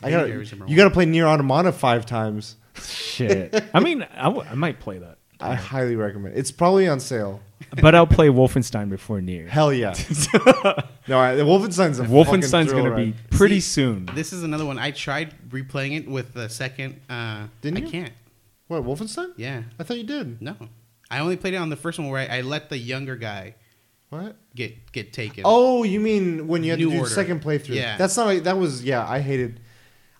S1: I
S2: Baby
S1: gotta,
S2: Driver's number
S1: you
S2: one.
S1: got to play Near Automata five times.
S3: Shit. I mean, I, w- I might play that,
S1: I highly recommend. it. It's probably on sale.
S3: but I'll play Wolfenstein before Near.
S1: Hell yeah! no, I, Wolfenstein's a
S3: Wolfenstein's gonna be pretty
S2: See,
S3: soon.
S2: This is another one. I tried replaying it with the second. Uh,
S1: Didn't
S2: I
S1: you?
S2: can't.
S1: what Wolfenstein?
S2: Yeah.
S1: I thought you did.
S2: No. I only played it on the first one where I, I let the younger guy
S1: What?
S2: get get taken.
S1: Oh, you mean when you had
S2: New
S1: to do
S2: Order.
S1: the second playthrough?
S2: Yeah.
S1: that's not like that was. Yeah, I hated.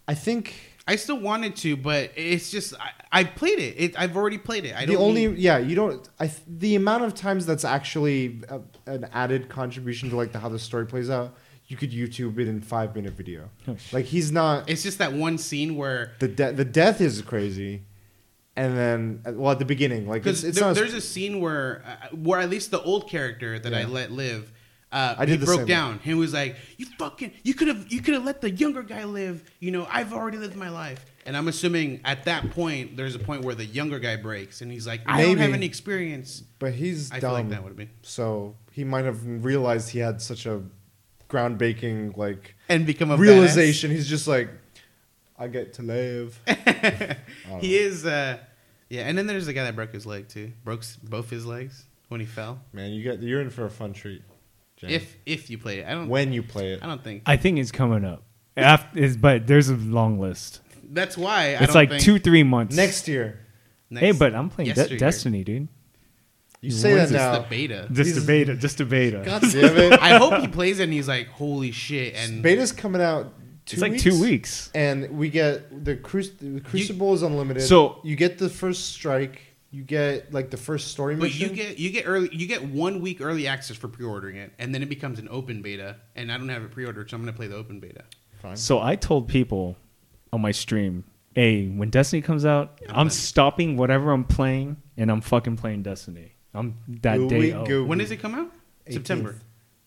S1: I think
S2: I still wanted to, but it's just I, I played it. it. I've already played it. I
S1: the
S2: don't
S1: only
S2: need-
S1: yeah you don't. I th- the amount of times that's actually a, an added contribution to like the, how the story plays out. You could YouTube it in five minute video.
S3: Oh, shit.
S1: like he's not.
S2: it's just that one scene where
S1: The de- the death is crazy, and then well at the beginning, like it's,
S2: because
S1: it's
S2: there,
S1: not.
S2: there's a scene where uh, where at least the old character that I
S1: Yeah.
S2: let live. Uh,
S1: I did
S2: he
S1: the
S2: broke
S1: same
S2: down. He was like, "You fucking, you could have, you could have let the younger guy live. You know, I've already lived my life." And I'm assuming at that point, there's a point where the younger guy breaks, and he's like, "I don't have
S1: Maybe.
S2: any experience."
S1: but he's
S2: I
S1: dumb,
S2: feel like that would be
S1: so he might have realized he had such a ground baking like
S2: and become a
S1: realization. He's just like, I get to live.
S2: badass. He is, uh, yeah. And then there's the guy that broke his leg too. Broke s- both his legs when he fell.
S1: Man, you get you're in for a fun treat. James.
S2: If if you play it, I don't.
S1: when you play it,
S2: I don't think
S3: I think it's coming up. After, is, but there's a long list.
S2: that's why. I
S3: It's
S2: don't
S3: like
S2: think
S3: two, three months.
S1: next year.
S2: next-
S3: Hey, but I'm playing De-
S2: yesteryear.
S3: Destiny, dude.
S1: You say that
S2: It's the
S1: now.
S2: beta.
S3: Just a beta. Just a beta.
S2: God
S1: damn it.
S2: I hope he plays it and he's like, holy shit. And
S1: Beta's coming out. Two
S3: it's like
S1: weeks,
S3: two weeks.
S1: and we get the cru- the crucible is unlimited.
S3: So-
S1: you get the first strike. You get like the first story
S2: but
S1: mission.
S2: you get you get early you get one week early access for pre-ordering it, and then it becomes an open beta. And I don't have it pre-ordered, so I'm gonna play the open beta.
S1: Fine.
S3: So I told people on my stream, hey, when Destiny comes out, I'm, stopping whatever I'm playing and I'm fucking playing Destiny. I'm that
S1: Gooey
S3: day. oh.
S1: goo.
S2: When does it come out?
S1: 18th.
S2: September.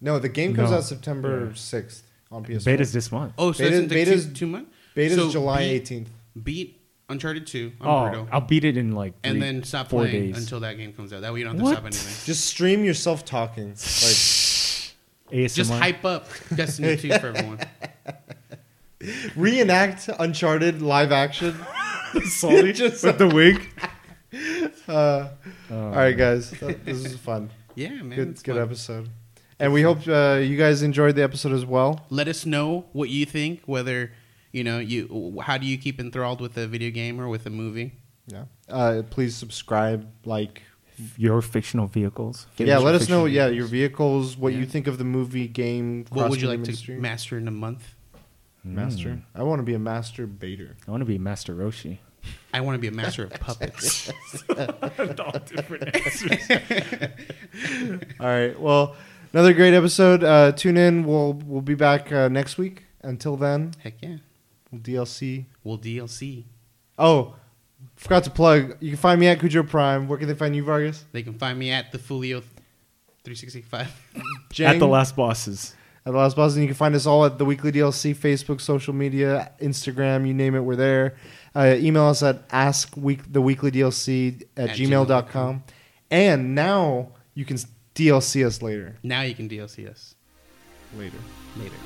S1: No, the game comes
S3: No.
S1: out September sixth on PS4.
S3: Beta's this month.
S2: Oh, so
S1: Beta-
S2: it's in like
S1: beta's-
S2: two, two months.
S1: Beta's
S2: So
S1: July
S2: beat-
S1: eighteenth.
S2: Beat Uncharted Two on
S3: Oh,
S2: Birdo,
S3: I'll beat it in like
S2: and
S3: three-
S2: then stop
S3: four
S2: playing
S3: days.
S2: until that game comes out. That way you don't have
S3: What?
S2: to stop anything.
S1: Just stream yourself talking. Like
S3: ASMR.
S2: Just hype up Destiny 2 for everyone.
S1: reenact Uncharted live action.
S3: Sully
S1: Just-
S3: with the wig. Oh,
S1: Uh, all right, guys, That- this is fun.
S2: Yeah, man. it's
S1: good, good
S2: fun.
S1: episode. And we hope uh, you guys enjoyed the episode as well.
S2: Let us know what you think. Whether you know you, how do you keep enthralled with a video game or with a movie?
S1: Yeah. Uh, please subscribe, like,
S3: Your fictional vehicles.
S1: yeah,
S3: Fictional
S1: let us know.
S3: vehicles.
S1: Yeah, your vehicles, what
S2: Yeah.
S1: you think of the movie game.
S2: What would you
S1: cross-media
S2: like to
S1: industry.
S2: master in a month?
S3: Mm.
S1: master? I want to be a master baiter.
S3: I want to be Master Roshi.
S2: I want to be a master of puppets.
S1: All right. Well, another great episode. Uh, tune in. We'll we'll be back uh, next week. Until then,
S2: Heck yeah.
S1: DLC.
S2: Well, DLC.
S1: Oh, forgot to plug. You can find me at Cujo Prime. Where can they find you, Vargas?
S2: They can find me at the Fulio 365.
S1: Jang?
S3: At the last bosses.
S1: at the last boss and you can find us all at the weekly dlc facebook social media instagram you name it we're there uh, email us at ask week the weekly dlc at,
S2: At
S1: gmail.com.
S2: gmail.com.
S1: and now you can dlc us later
S2: now you can DLC us
S1: later
S2: later.